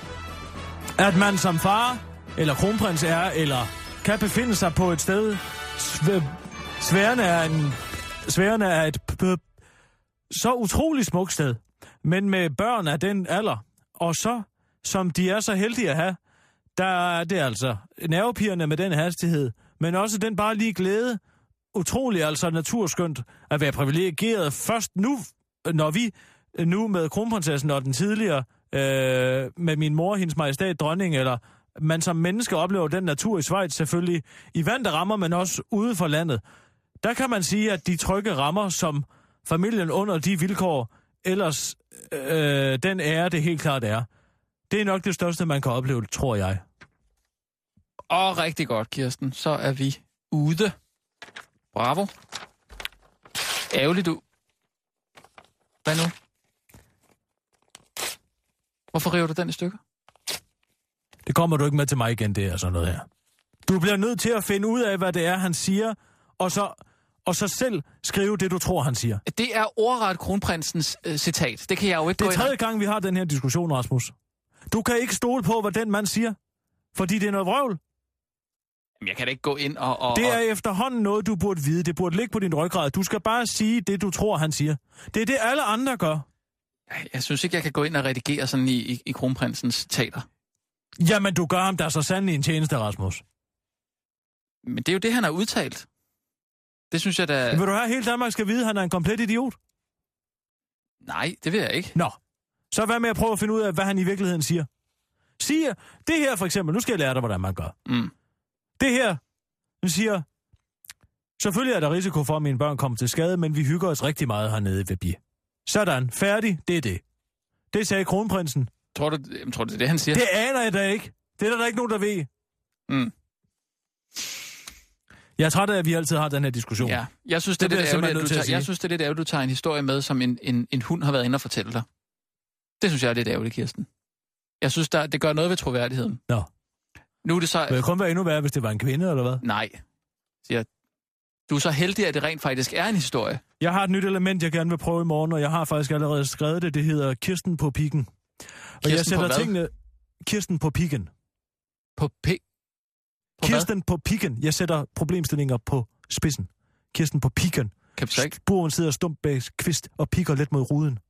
[SPEAKER 5] at man som far, eller kronprins er, eller kan befinde sig på et sted, sv- sværende er en... Sværende er et p- p- så utrolig smukt sted, men med børn af den alder, og så, som de er så heldige at have, der er det altså nervepirrende med den hastighed, men også den bare lige glæde, utrolig altså naturskønt at være privilegeret først nu, når vi nu med kronprinsessen og den tidligere, øh, med min mor, hendes majestæt, dronning, eller man som menneske oplever den natur i Schweiz selvfølgelig, i vand, der rammer, men også ude for landet. Der kan man sige, at de trygge rammer, som familien under de vilkår, ellers øh, den ære, det helt klart er. Det er nok det største, man kan opleve, tror jeg.
[SPEAKER 4] Og rigtig godt, Kirsten. Så er vi ude. Bravo. Ærgerligt du. Hvad nu? Hvorfor river du den i stykker?
[SPEAKER 5] Det kommer du ikke med til mig igen, det er sådan noget her. Du bliver nødt til at finde ud af, hvad det er, han siger, og så, og så selv skrive det, du tror, han siger.
[SPEAKER 4] Det er ordret kronprinsens øh, citat. Det kan jeg jo ikke
[SPEAKER 5] Det
[SPEAKER 4] gå
[SPEAKER 5] er
[SPEAKER 4] ind og-
[SPEAKER 5] tredje gang, vi har den her diskussion, Rasmus. Du kan ikke stole på, hvad den mand siger, fordi det er noget vrøvl.
[SPEAKER 4] Jamen, jeg kan da ikke gå ind og... og
[SPEAKER 5] Det
[SPEAKER 4] og-
[SPEAKER 5] er efterhånden noget, du burde vide. Det burde ligge på din ryggrad. Du skal bare sige det, du tror, han siger. Det er det, alle andre gør.
[SPEAKER 4] Jeg synes ikke, jeg kan gå ind og redigere sådan i, i, i kronprinsens teater.
[SPEAKER 5] Jamen, du gør ham da så sandelig en tjeneste, Rasmus.
[SPEAKER 4] Men det er jo det, han har udtalt. Det synes jeg da...
[SPEAKER 5] Vil du have, hele Danmark skal vide, at han er en komplet idiot?
[SPEAKER 4] Nej, det vil jeg ikke.
[SPEAKER 5] Nå, så hvad med at prøve at finde ud af, hvad han i virkeligheden siger? Siger, det her for eksempel, nu skal jeg lære dig, hvordan man gør.
[SPEAKER 4] Mm.
[SPEAKER 5] Det her, han siger, selvfølgelig er der risiko for, at mine børn kommer til skade, men vi hygger os rigtig meget hernede ved Bi. Sådan, færdig, det er det. Det sagde kronprinsen.
[SPEAKER 4] Tror du, jamen, tror du, det er det, han siger?
[SPEAKER 5] Det aner jeg da ikke. Det er der, da ikke nogen, der ved.
[SPEAKER 4] Mm.
[SPEAKER 5] Jeg er træt af, at vi altid har den her diskussion.
[SPEAKER 4] Ja, jeg synes, det,
[SPEAKER 5] bliver
[SPEAKER 4] det, det
[SPEAKER 5] jeg
[SPEAKER 4] er lidt ærgerligt,
[SPEAKER 5] simpelthen nødt
[SPEAKER 4] at
[SPEAKER 5] til
[SPEAKER 4] du
[SPEAKER 5] at
[SPEAKER 4] tager, jeg
[SPEAKER 5] sige.
[SPEAKER 4] synes, det er lidt ærgerligt, at du tager en historie med, som en, en, en hund har været inde og fortælle dig. Det synes jeg er lidt ærgerligt, Kirsten. Jeg synes, der, det gør noget ved troværdigheden.
[SPEAKER 5] Nå.
[SPEAKER 4] Nu er det så...
[SPEAKER 5] Vil det kun være endnu værre, hvis det var en kvinde, eller hvad?
[SPEAKER 4] Nej, siger jeg. Du er så heldig, at det rent faktisk er en historie.
[SPEAKER 5] Jeg har et nyt element, jeg gerne vil prøve i morgen, og jeg har faktisk allerede skrevet det. Det hedder Kirsten på pikken. Og
[SPEAKER 4] Kirsten
[SPEAKER 5] jeg
[SPEAKER 4] på
[SPEAKER 5] sætter
[SPEAKER 4] hvad?
[SPEAKER 5] tingene... Kirsten på pikken.
[SPEAKER 4] På p... På hvad?
[SPEAKER 5] Kirsten på pikken. Jeg sætter problemstillinger på spidsen. Kirsten på pikken.
[SPEAKER 4] Kan du så ikke?
[SPEAKER 5] Buren sidder stumt bag kvist og pikker let mod ruden.